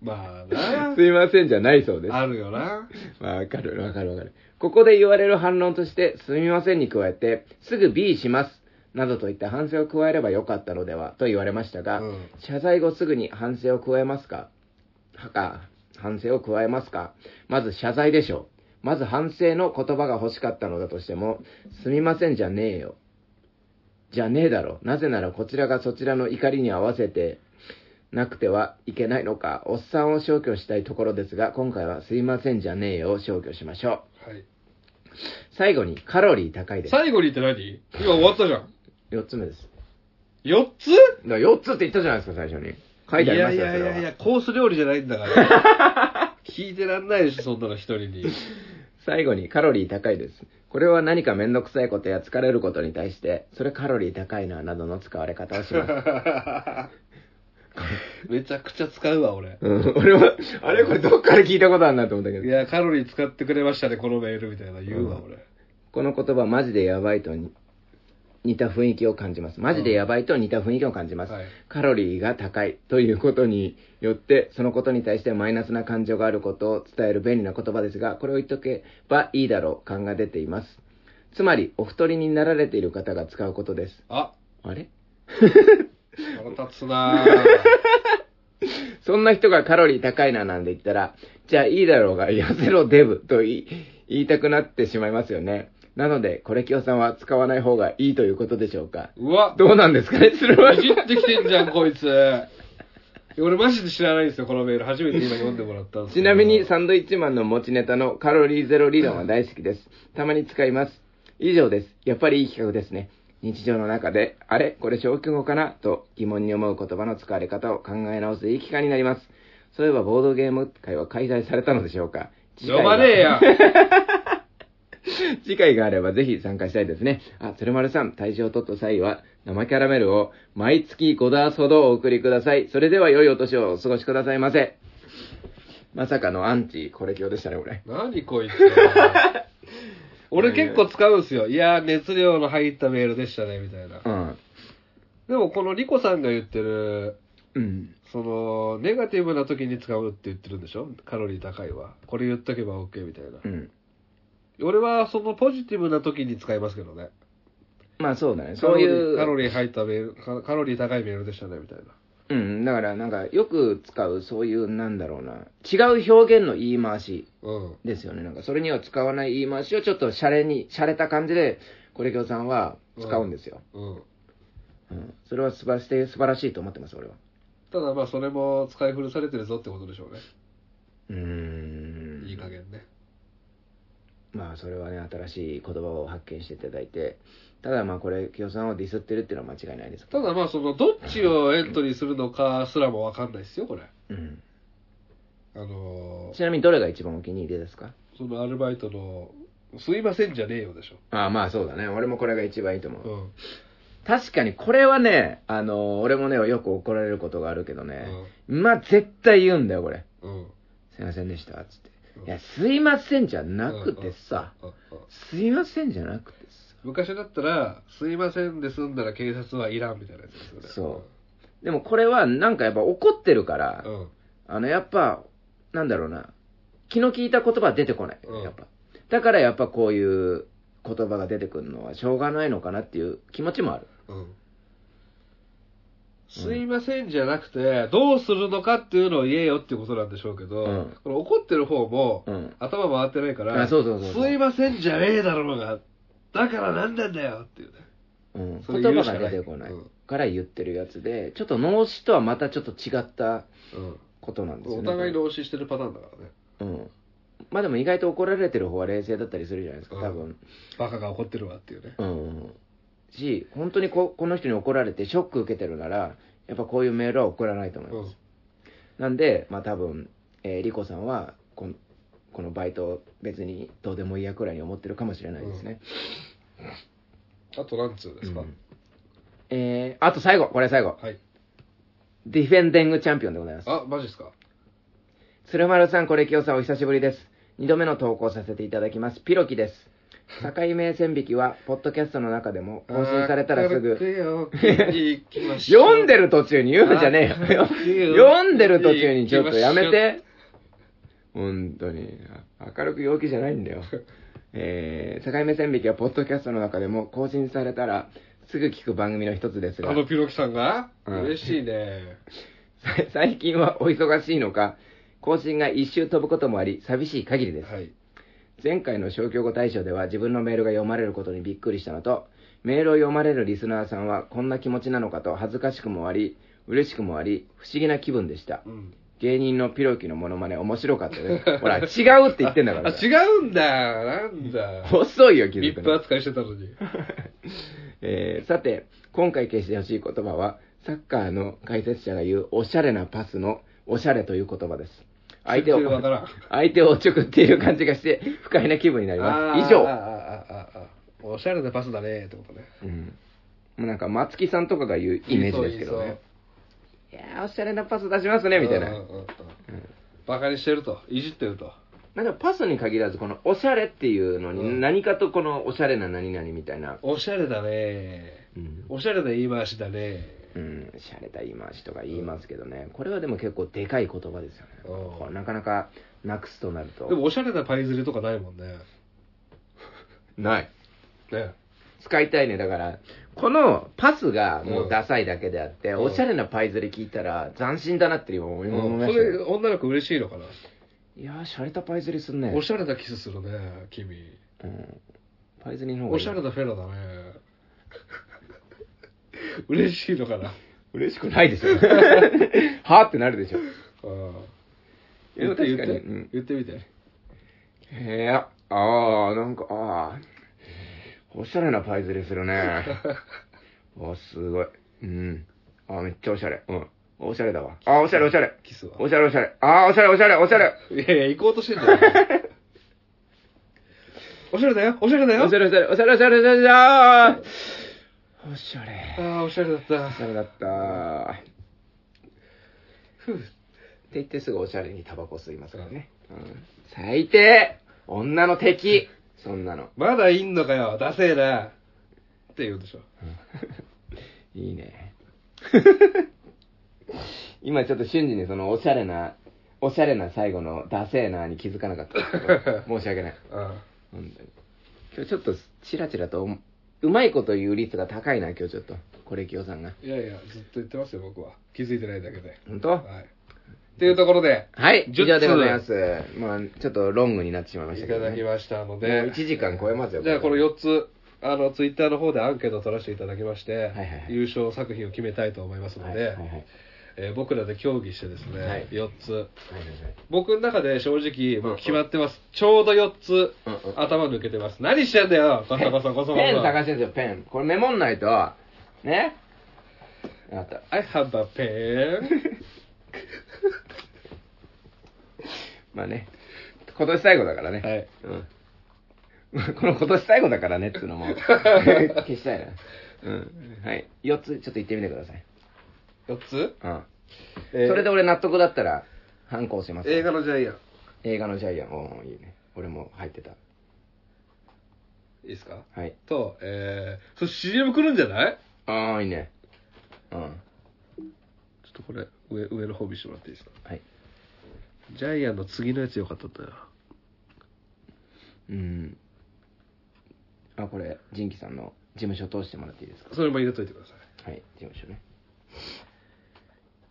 [SPEAKER 2] まあな
[SPEAKER 1] す。いませんじゃないそうです。
[SPEAKER 2] あるよな。
[SPEAKER 1] まあ わかる、わかる、わかる。ここで言われる反論として、すみませんに加えて、すぐ B します、などといった反省を加えればよかったのでは、と言われましたが、
[SPEAKER 2] うん
[SPEAKER 1] 謝罪後すぐに反省を加えますかはか、反省を加えますかまず謝罪でしょう。まず反省の言葉が欲しかったのだとしても、すみませんじゃねえよ。じゃねえだろ。なぜならこちらがそちらの怒りに合わせてなくてはいけないのか、おっさんを消去したいところですが、今回はすいませんじゃねえよを消去しましょ
[SPEAKER 2] はい。
[SPEAKER 1] う。最後にカロリー高いです。
[SPEAKER 2] 最後にって何今終わったじゃん。
[SPEAKER 1] 4つ目です。
[SPEAKER 2] 4つ
[SPEAKER 1] だから4つって言ったじゃないですか、最初に。書いてありましたよ、
[SPEAKER 2] いやいやいや
[SPEAKER 1] そ
[SPEAKER 2] い
[SPEAKER 1] れは
[SPEAKER 2] や、コース料理じゃないんだから。 聞いてらんないでしょ、そんなの一人に。
[SPEAKER 1] 最後にカロリー高いです。これは何かめんどくさいことや疲れることに対して、それカロリー高いな、などの使われ方をします。
[SPEAKER 2] めちゃくちゃ使うわ、俺。
[SPEAKER 1] うん、俺は、あれこれどっから聞いたことあるなと思ったけど
[SPEAKER 2] い。や、カロリー使ってくれましたね、このメールみたいな言うわ、
[SPEAKER 1] うん
[SPEAKER 2] 俺。
[SPEAKER 1] この言葉マジでやばいとに似た雰囲気を感じますマジでやばいと似た雰囲気を感じます、
[SPEAKER 2] はい
[SPEAKER 1] カロリーが高いということによってそのことに対してマイナスな感情があることを伝える便利な言葉ですがこれを言っとけばいいだろう感が出ていますつまりお太りになられている方が使うことです
[SPEAKER 2] あ、
[SPEAKER 1] あれ
[SPEAKER 2] 腹立つなぁ。
[SPEAKER 1] そんな人がカロリー高いななんて言ったら、じゃあいいだろうが、痩せろデブと言い言いたくなってしまいますよね。なので、これきよさんは使わない方がいいということでしょうか。
[SPEAKER 2] うわ、
[SPEAKER 1] どうなんですかね、それは。
[SPEAKER 2] いじってきてんじゃん、こいつ。俺マジで知らないんですよ、このメール。初めて今読んでもらったんですけ
[SPEAKER 1] ち
[SPEAKER 2] ど
[SPEAKER 1] なみに、サンドイッチマンの持ちネタのカロリーゼロ理論は大好きです。たまに使います。以上です。やっぱりいい企画ですね。日常の中で、あれこれ消去語かなと疑問に思う言葉の使われ方を考え直すいい機会になります。そういえばボードゲーム会は開催されたのでしょうか次
[SPEAKER 2] 読
[SPEAKER 1] 回
[SPEAKER 2] ま
[SPEAKER 1] は
[SPEAKER 2] ねえ や。
[SPEAKER 1] 次回があればぜひ参加したいですね。あ、鶴丸さん、大賞を取った際は、生キャラメルを毎月5ダースほどお送りください。それでは良いお年をお過ごしくださいませ。まさかのアンチ、これ今日でしたね、これ。
[SPEAKER 2] 何こいつ。俺結構使うんですよ。いやー、熱量の入ったメールでしたね、みたいな
[SPEAKER 1] う。ん。
[SPEAKER 2] でも、このリコさんが言ってる、
[SPEAKER 1] うん。
[SPEAKER 2] その、ネガティブな時に使うって言ってるんでしょカロリー高いわ。これ言っとけば OK みたいな
[SPEAKER 1] う。ん。
[SPEAKER 2] 俺はそのポジティブな時に使いますけどね。
[SPEAKER 1] まあそうだね。そういう。
[SPEAKER 2] カロリーカロリー入ったメール、カカロリー高いメールでしたね、みたいな。
[SPEAKER 1] うん。だから、なんか、よく使う、そういう、なんだろうな。違う表現の言い回し
[SPEAKER 2] うん。
[SPEAKER 1] ですよね。なんか、それには使わない言い回しを、ちょっと、シャレに、シャレた感じで、これ今日さんは使うんですよ。
[SPEAKER 2] うん。
[SPEAKER 1] うん。それは素晴らしい、素晴らしいと思ってます、俺は。
[SPEAKER 2] ただまあ、それも使い古されてるぞってことでしょうね。
[SPEAKER 1] うーん
[SPEAKER 2] いい加減ね。
[SPEAKER 1] まあそれはね新しい言葉を発見していただいてただまあこれ清さんをディスってるっていうのは間違いないですけ
[SPEAKER 2] た
[SPEAKER 1] ど
[SPEAKER 2] だまあ、その、どっちをエントリーするのかすらもわかんないですよ、これ。
[SPEAKER 1] うん、
[SPEAKER 2] あの
[SPEAKER 1] ち
[SPEAKER 2] ー、
[SPEAKER 1] なみにどれが一番お気に入りですか
[SPEAKER 2] そのアルバイトの、すいませんじゃねえよでしょ。
[SPEAKER 1] ああまあそうだね俺もこれが一番いいと思う
[SPEAKER 2] うん。
[SPEAKER 1] 確かにこれはね、あの、俺もね、よく怒られることがあるけど
[SPEAKER 2] う
[SPEAKER 1] ね、
[SPEAKER 2] ん
[SPEAKER 1] まあ絶対言うんだよ、これ。
[SPEAKER 2] うん
[SPEAKER 1] すいませんでした、つって。
[SPEAKER 2] う
[SPEAKER 1] い
[SPEAKER 2] ん
[SPEAKER 1] や、すいませんじゃなくてさ、
[SPEAKER 2] うんうん
[SPEAKER 1] すいませんじゃなくてさ。
[SPEAKER 2] 昔だったら「すいません」で済んだら警察はいらんみたいなやつですよね
[SPEAKER 1] そでもこれはなんかやっぱ怒ってるから、
[SPEAKER 2] うんうん
[SPEAKER 1] あの、やっぱ、なんだろうな、気の利いた言葉は出てこない。
[SPEAKER 2] うん
[SPEAKER 1] やっぱ。だからやっぱこういう言葉が出てくるのはしょうがないのかなっていう気持ちもある。
[SPEAKER 2] うんすいませんじゃなくて、どうするのかっていうのを言えよっていうことなんでしょうけど、
[SPEAKER 1] うん
[SPEAKER 2] この怒ってる方も
[SPEAKER 1] うん。
[SPEAKER 2] 頭回ってないから、
[SPEAKER 1] あそうそうそうそう
[SPEAKER 2] すいませんじゃねえだろうが、だからなんなんだよっていうね。
[SPEAKER 1] うん、
[SPEAKER 2] それ
[SPEAKER 1] 言
[SPEAKER 2] 言う
[SPEAKER 1] 葉
[SPEAKER 2] しか
[SPEAKER 1] が
[SPEAKER 2] な
[SPEAKER 1] 出
[SPEAKER 2] い
[SPEAKER 1] てこない
[SPEAKER 2] うん
[SPEAKER 1] から言ってるやつで、ちょっと脳死とはまたちょっと違った
[SPEAKER 2] うん
[SPEAKER 1] ことなんですよ
[SPEAKER 2] お
[SPEAKER 1] ね。
[SPEAKER 2] 互い同士してるパターンだからね。
[SPEAKER 1] うん。まあでも意外と怒られてる方は冷静だったりするじゃないですか、多分。
[SPEAKER 2] バカが怒ってるわっていうね。
[SPEAKER 1] うんうん。し、本当にここの人に怒られてショック受けてるなら、やっぱこういうメールは送らないと思います。
[SPEAKER 2] うん。
[SPEAKER 1] なんで、まあ多分、えー、リコさんはこの、このバイト、別にどうでもいいやくらいに思ってるかもしれないですね。
[SPEAKER 2] あと何通ですか、
[SPEAKER 1] うんえー、あと最後、これ最後。
[SPEAKER 2] はい。
[SPEAKER 1] ディフェンディングチャンピオンでございます。
[SPEAKER 2] あ、マジですか
[SPEAKER 1] 鶴丸さん、これきよさん、お久しぶりです。二度目の投稿させていただきます。ピロキです。境目線引きは、ポッドキャストの中でも更新されたらす
[SPEAKER 2] あ軽
[SPEAKER 1] ぐ、
[SPEAKER 2] くよ 行きましょう
[SPEAKER 1] 読んでる途中に言うんじゃね えよ。読んでる途中にちょっとやめ。て。本当に。あ明るく陽気じゃないんだよ。 えー、境目線引きはポッドキャストの中でも更新されたらすぐ聞く番組の一つです
[SPEAKER 2] あ
[SPEAKER 1] が、
[SPEAKER 2] のピロキさんが、
[SPEAKER 1] うん
[SPEAKER 2] 嬉しいね。
[SPEAKER 1] さ 最近はお忙しいのか、更新が一周飛ぶこともあり、寂しい限りです。
[SPEAKER 2] はい。
[SPEAKER 1] 前回の消去語大賞では自分のメールが読まれることにびっくりしたのと、メールを読まれるリスナーさんはこんな気持ちなのかと恥ずかしくもあり、嬉しくもあり、不思議な気分でした。
[SPEAKER 2] うん。
[SPEAKER 1] 芸人のピロキのモノマネ面白かったです。ほら、違うって言ってんだか
[SPEAKER 2] あ、
[SPEAKER 1] ら。
[SPEAKER 2] 違うんだ。な んだ。
[SPEAKER 1] 遅いよ、気
[SPEAKER 2] リ
[SPEAKER 1] づく
[SPEAKER 2] ップ
[SPEAKER 1] の。
[SPEAKER 2] 扱いしてたのに。
[SPEAKER 1] えーさて、今回消してほしい言葉は、サッカーの解説者が言う、おしゃれなパスの、おしゃれという言葉です。相手を
[SPEAKER 2] 全、然わからん。
[SPEAKER 1] 相手をおちょくっていう感じがして、不快な気分になり
[SPEAKER 2] あ
[SPEAKER 1] ます。以
[SPEAKER 2] ー
[SPEAKER 1] 上
[SPEAKER 2] あ。ーあーあーあーおしゃれなパスだねってことね。
[SPEAKER 1] うん。もうなんか、松木さんとかが言うイメージですけどね。いやー、おしゃれなパス出しますね、
[SPEAKER 2] 言
[SPEAKER 1] み
[SPEAKER 2] いそう
[SPEAKER 1] た
[SPEAKER 2] 言
[SPEAKER 1] い
[SPEAKER 2] いそう
[SPEAKER 1] な。
[SPEAKER 2] うんうんうんうんバカにしてると。いじってると。
[SPEAKER 1] なんかパスに限らず、このおしゃれっていうの
[SPEAKER 2] う
[SPEAKER 1] に、
[SPEAKER 2] ん
[SPEAKER 1] 何かとこのおしゃれな何々みたいな。
[SPEAKER 2] おしゃれだね。
[SPEAKER 1] うん
[SPEAKER 2] おしゃれな言い回しだね。
[SPEAKER 1] うん、しゃれた言い回しとか言いますけどね、これはでも結構でかい言葉ですよね
[SPEAKER 2] うん
[SPEAKER 1] こう、なかなかなくすとなると、
[SPEAKER 2] でもおしゃれなパイズリとかないもんね。
[SPEAKER 1] ない、
[SPEAKER 2] ね。
[SPEAKER 1] 使いたいね、だから、このパスがもうダサいだけであって、
[SPEAKER 2] うん
[SPEAKER 1] おしゃれなパイズリ聞いたら、斬新だなって今思い
[SPEAKER 2] うん
[SPEAKER 1] ま
[SPEAKER 2] そ
[SPEAKER 1] したね、
[SPEAKER 2] れ女の子嬉しいのかな。
[SPEAKER 1] いやー、しゃれたパイズリすんね
[SPEAKER 2] お、しゃれなキスするね、君。
[SPEAKER 1] うん、パイズリの方が
[SPEAKER 2] お
[SPEAKER 1] いい
[SPEAKER 2] しゃれなフェラだね。 嬉しいのかな。
[SPEAKER 1] 嬉しくないでしょ、 はーってなるでしょ、
[SPEAKER 2] うん
[SPEAKER 1] いやでも
[SPEAKER 2] 言って
[SPEAKER 1] 確
[SPEAKER 2] 言っ
[SPEAKER 1] か
[SPEAKER 2] て、
[SPEAKER 1] にうん
[SPEAKER 2] 言ってみて。
[SPEAKER 1] へえ、ああ、なんか、ああ、おしゃれなパイズリするね。あすごい。うん。あーめっちゃおしゃれ。うん。おしゃれだわ。あーおしゃれおしゃれ。
[SPEAKER 2] キスは。
[SPEAKER 1] おしゃれおしゃれ。あーおしゃれおしゃれおしゃれ。
[SPEAKER 2] いやいや、行こうとしてんじゃない。 おしゃれだよ、おしゃれだよ。
[SPEAKER 1] おしゃれおしゃれおしゃれおしゃれおしゃれあーおしゃ
[SPEAKER 2] あ
[SPEAKER 1] れ。
[SPEAKER 2] あ、おしゃれだった。
[SPEAKER 1] おしゃれだったー。って
[SPEAKER 2] ふう
[SPEAKER 1] 言ってすぐおしゃれにタバコ吸いますからね。うん。最低女の敵そんなの。
[SPEAKER 2] まだいんのかよ、ダセえな。って言うでしょ。
[SPEAKER 1] いい ね。今ちょっと瞬時にそのおしゃれな、おしゃれな最後のダセーなに気づかなか った。申し訳ない。
[SPEAKER 2] うん。
[SPEAKER 1] 本当に。今日ちょっとチラチラとううまいこと言う率が高いな、今日ちょっと。これきよさんが。
[SPEAKER 2] いやいや、ずっと言ってますよ、僕は。気づいてないだけで。
[SPEAKER 1] 本当
[SPEAKER 2] はい。っていうところで、
[SPEAKER 1] はい、以
[SPEAKER 2] 10
[SPEAKER 1] 上でございます。まあちょっとロングになってしまいまし
[SPEAKER 2] い
[SPEAKER 1] た
[SPEAKER 2] た
[SPEAKER 1] けど、
[SPEAKER 2] だき
[SPEAKER 1] ね。
[SPEAKER 2] ましたの
[SPEAKER 1] もう
[SPEAKER 2] で、
[SPEAKER 1] 1時間超えますよ。
[SPEAKER 2] じゃあこの
[SPEAKER 1] れ
[SPEAKER 2] 4つ、あの、ツイッターの方でアンケートを取らせていただきまして、
[SPEAKER 1] はいはいはい
[SPEAKER 2] 優勝作品を決めたいと思いますので、
[SPEAKER 1] はいはいはい
[SPEAKER 2] えー僕らで協議してですね、
[SPEAKER 1] はい
[SPEAKER 2] 4つ、
[SPEAKER 1] はいはいはい
[SPEAKER 2] 僕の中で正直、
[SPEAKER 1] うんう
[SPEAKER 2] も
[SPEAKER 1] ん
[SPEAKER 2] う決まってます。ちょうど4つ、
[SPEAKER 1] うんうん
[SPEAKER 2] 頭抜けてます。何してんだよ、バサバサバサバサ。
[SPEAKER 1] ペン探してるんですよ、ペン。これメモんないと、ね。あった。
[SPEAKER 2] I have a pen.
[SPEAKER 1] まあね、今年最後だからね。
[SPEAKER 2] はい。
[SPEAKER 1] うん。 この今年最後だからねっていう のも消したいな、うん、はい4つちょっと言ってみてください、
[SPEAKER 2] 4つ、
[SPEAKER 1] うん
[SPEAKER 2] えー
[SPEAKER 1] それで俺納得だったら反抗します
[SPEAKER 2] 映画のジャイアン。
[SPEAKER 1] 映画のジャイアンおーいいね俺も入ってた
[SPEAKER 2] いいですか
[SPEAKER 1] はい
[SPEAKER 2] と、えー、それ CM 来るんじゃない
[SPEAKER 1] ああいいねうん
[SPEAKER 2] ちょっとこれ、上、上の方見してもらっていいですか
[SPEAKER 1] はい
[SPEAKER 2] ジャイアンの次のやつよかったんだよ。
[SPEAKER 1] うんあこれジンキさんの事務所通してもらっていいですか
[SPEAKER 2] それも入れといてください。
[SPEAKER 1] はい事務所ね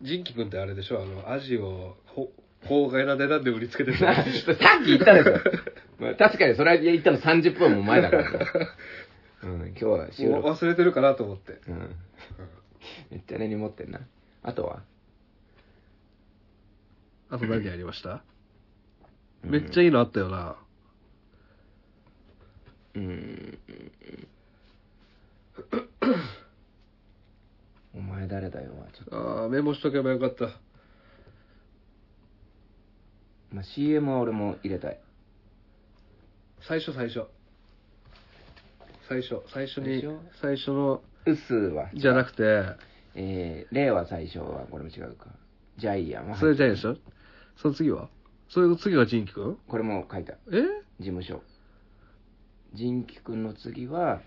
[SPEAKER 2] ジンキ君ってあれでしょあの、アジを、ほ、法外な値段で売りつけて る。
[SPEAKER 1] さっき言ったでしょ。まあ確かにそれは言ったの30分も前だ からさ。うん、今日は収
[SPEAKER 2] もう
[SPEAKER 1] 録。
[SPEAKER 2] 忘れてるかなと思って。
[SPEAKER 1] うん。めっちゃ根に持ってんな。あとは
[SPEAKER 2] あと何ありました
[SPEAKER 1] うん
[SPEAKER 2] めっちゃいいのあったよな。
[SPEAKER 1] うーん。お前誰だよ、ちょっ
[SPEAKER 2] ああ、メモしとけばよかった。
[SPEAKER 1] と。まあ、CM は俺も入れたい。
[SPEAKER 2] 最初、最初。最初、最初に
[SPEAKER 1] 最初、
[SPEAKER 2] 最初の、
[SPEAKER 1] うっすーは。
[SPEAKER 2] じゃなくて、
[SPEAKER 1] えー、レイは最初は、これも違うか。ジャイアンは。
[SPEAKER 2] それじゃないでしょその次はそれの次はジンキ君
[SPEAKER 1] これも書いた。
[SPEAKER 2] え
[SPEAKER 1] 事務所。仁輝くんの次は、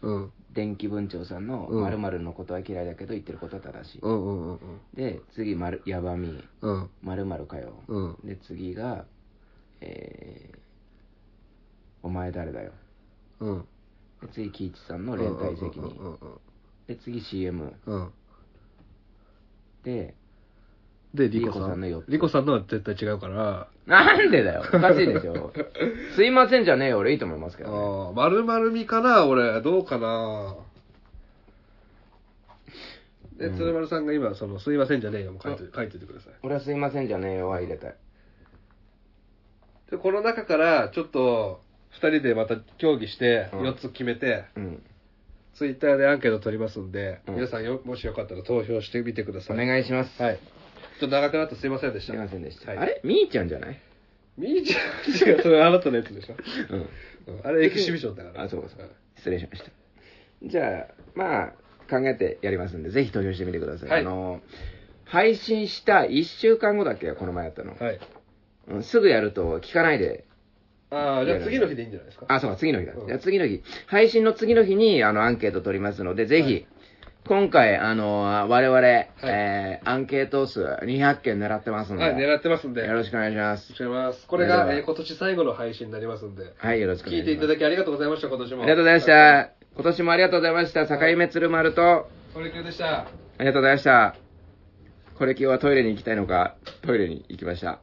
[SPEAKER 2] うん。
[SPEAKER 1] 電気文鳥さんの「
[SPEAKER 2] うん
[SPEAKER 1] まるのことは嫌いだけど言ってることは正しい」
[SPEAKER 2] うんうんうんうん。
[SPEAKER 1] で次「まるやばみ
[SPEAKER 2] うん。
[SPEAKER 1] まるかよ」
[SPEAKER 2] うん。
[SPEAKER 1] で次が「えー、お前誰だよ
[SPEAKER 2] うん。」
[SPEAKER 1] で次喜一さんの「連帯責
[SPEAKER 2] う
[SPEAKER 1] 任
[SPEAKER 2] んうん」
[SPEAKER 1] で次 CM
[SPEAKER 2] うんうん。
[SPEAKER 1] で
[SPEAKER 2] で、リコ
[SPEAKER 1] リコ
[SPEAKER 2] さ
[SPEAKER 1] さんの四
[SPEAKER 2] ん
[SPEAKER 1] つ。
[SPEAKER 2] リコさんのは絶対違うから、
[SPEAKER 1] なんでだ よおかしいでしょすいませんじゃねえよ俺いいと思いますけど、ね、
[SPEAKER 2] ああ、丸々みかな俺、どうかなで、鶴丸さんが今、その、すいませんじゃねえよ、もう書いて、書いててください。
[SPEAKER 1] 俺は「すいませんじゃねえよ」は入れたい
[SPEAKER 2] で、この中から、ちょっと、二人でまた協議して、
[SPEAKER 1] うん
[SPEAKER 2] 四つ決めて、
[SPEAKER 1] うん
[SPEAKER 2] ツイッターでアンケート取りますんで、
[SPEAKER 1] うん
[SPEAKER 2] 皆さんよ、もしよかったら投票してみてくださ
[SPEAKER 1] お
[SPEAKER 2] い。
[SPEAKER 1] 願いします、
[SPEAKER 2] はい。ちょっと長くなってすいませんでし
[SPEAKER 1] す
[SPEAKER 2] た。
[SPEAKER 1] いませんでした、
[SPEAKER 2] はい
[SPEAKER 1] あれみーちゃんじゃない
[SPEAKER 2] みーちゃん違う、それあなたのやつ でしょ。
[SPEAKER 1] うん
[SPEAKER 2] うんあれエキシビションだから。
[SPEAKER 1] あそうかそうか
[SPEAKER 2] ん
[SPEAKER 1] 失礼しましたじゃあまあ考えてやりますんでぜひ投票してみてください、
[SPEAKER 2] はい
[SPEAKER 1] あの配信した1週間後だっけこの前やったの、
[SPEAKER 2] はい。
[SPEAKER 1] うんすぐやると聞かないで
[SPEAKER 2] ああ、じゃあ次の日でいいんじゃないですか。
[SPEAKER 1] あそうか次の日だ、
[SPEAKER 2] うん
[SPEAKER 1] じゃあ次の日配信の次の日にあのアンケート取りますのでぜひ、
[SPEAKER 2] はい
[SPEAKER 1] 今回あの我々、えーアンケート数200件狙ってますので、
[SPEAKER 2] はい、狙ってますんで。
[SPEAKER 1] よろしくお願いします
[SPEAKER 2] します。これが、
[SPEAKER 1] はい
[SPEAKER 2] えー今年最後の配信になりますんで、
[SPEAKER 1] はいよろしくお願
[SPEAKER 2] 聞
[SPEAKER 1] い
[SPEAKER 2] い
[SPEAKER 1] して
[SPEAKER 2] い
[SPEAKER 1] ま
[SPEAKER 2] た
[SPEAKER 1] す
[SPEAKER 2] だきありがとうございました、今年も。
[SPEAKER 1] ありがとうございまし
[SPEAKER 2] はい。
[SPEAKER 1] た今年もありがとうございました境目鶴丸と
[SPEAKER 2] 堀久でした。
[SPEAKER 1] ありがとうございました。これ今日はトイレに行きたいのか、トイレに行きました。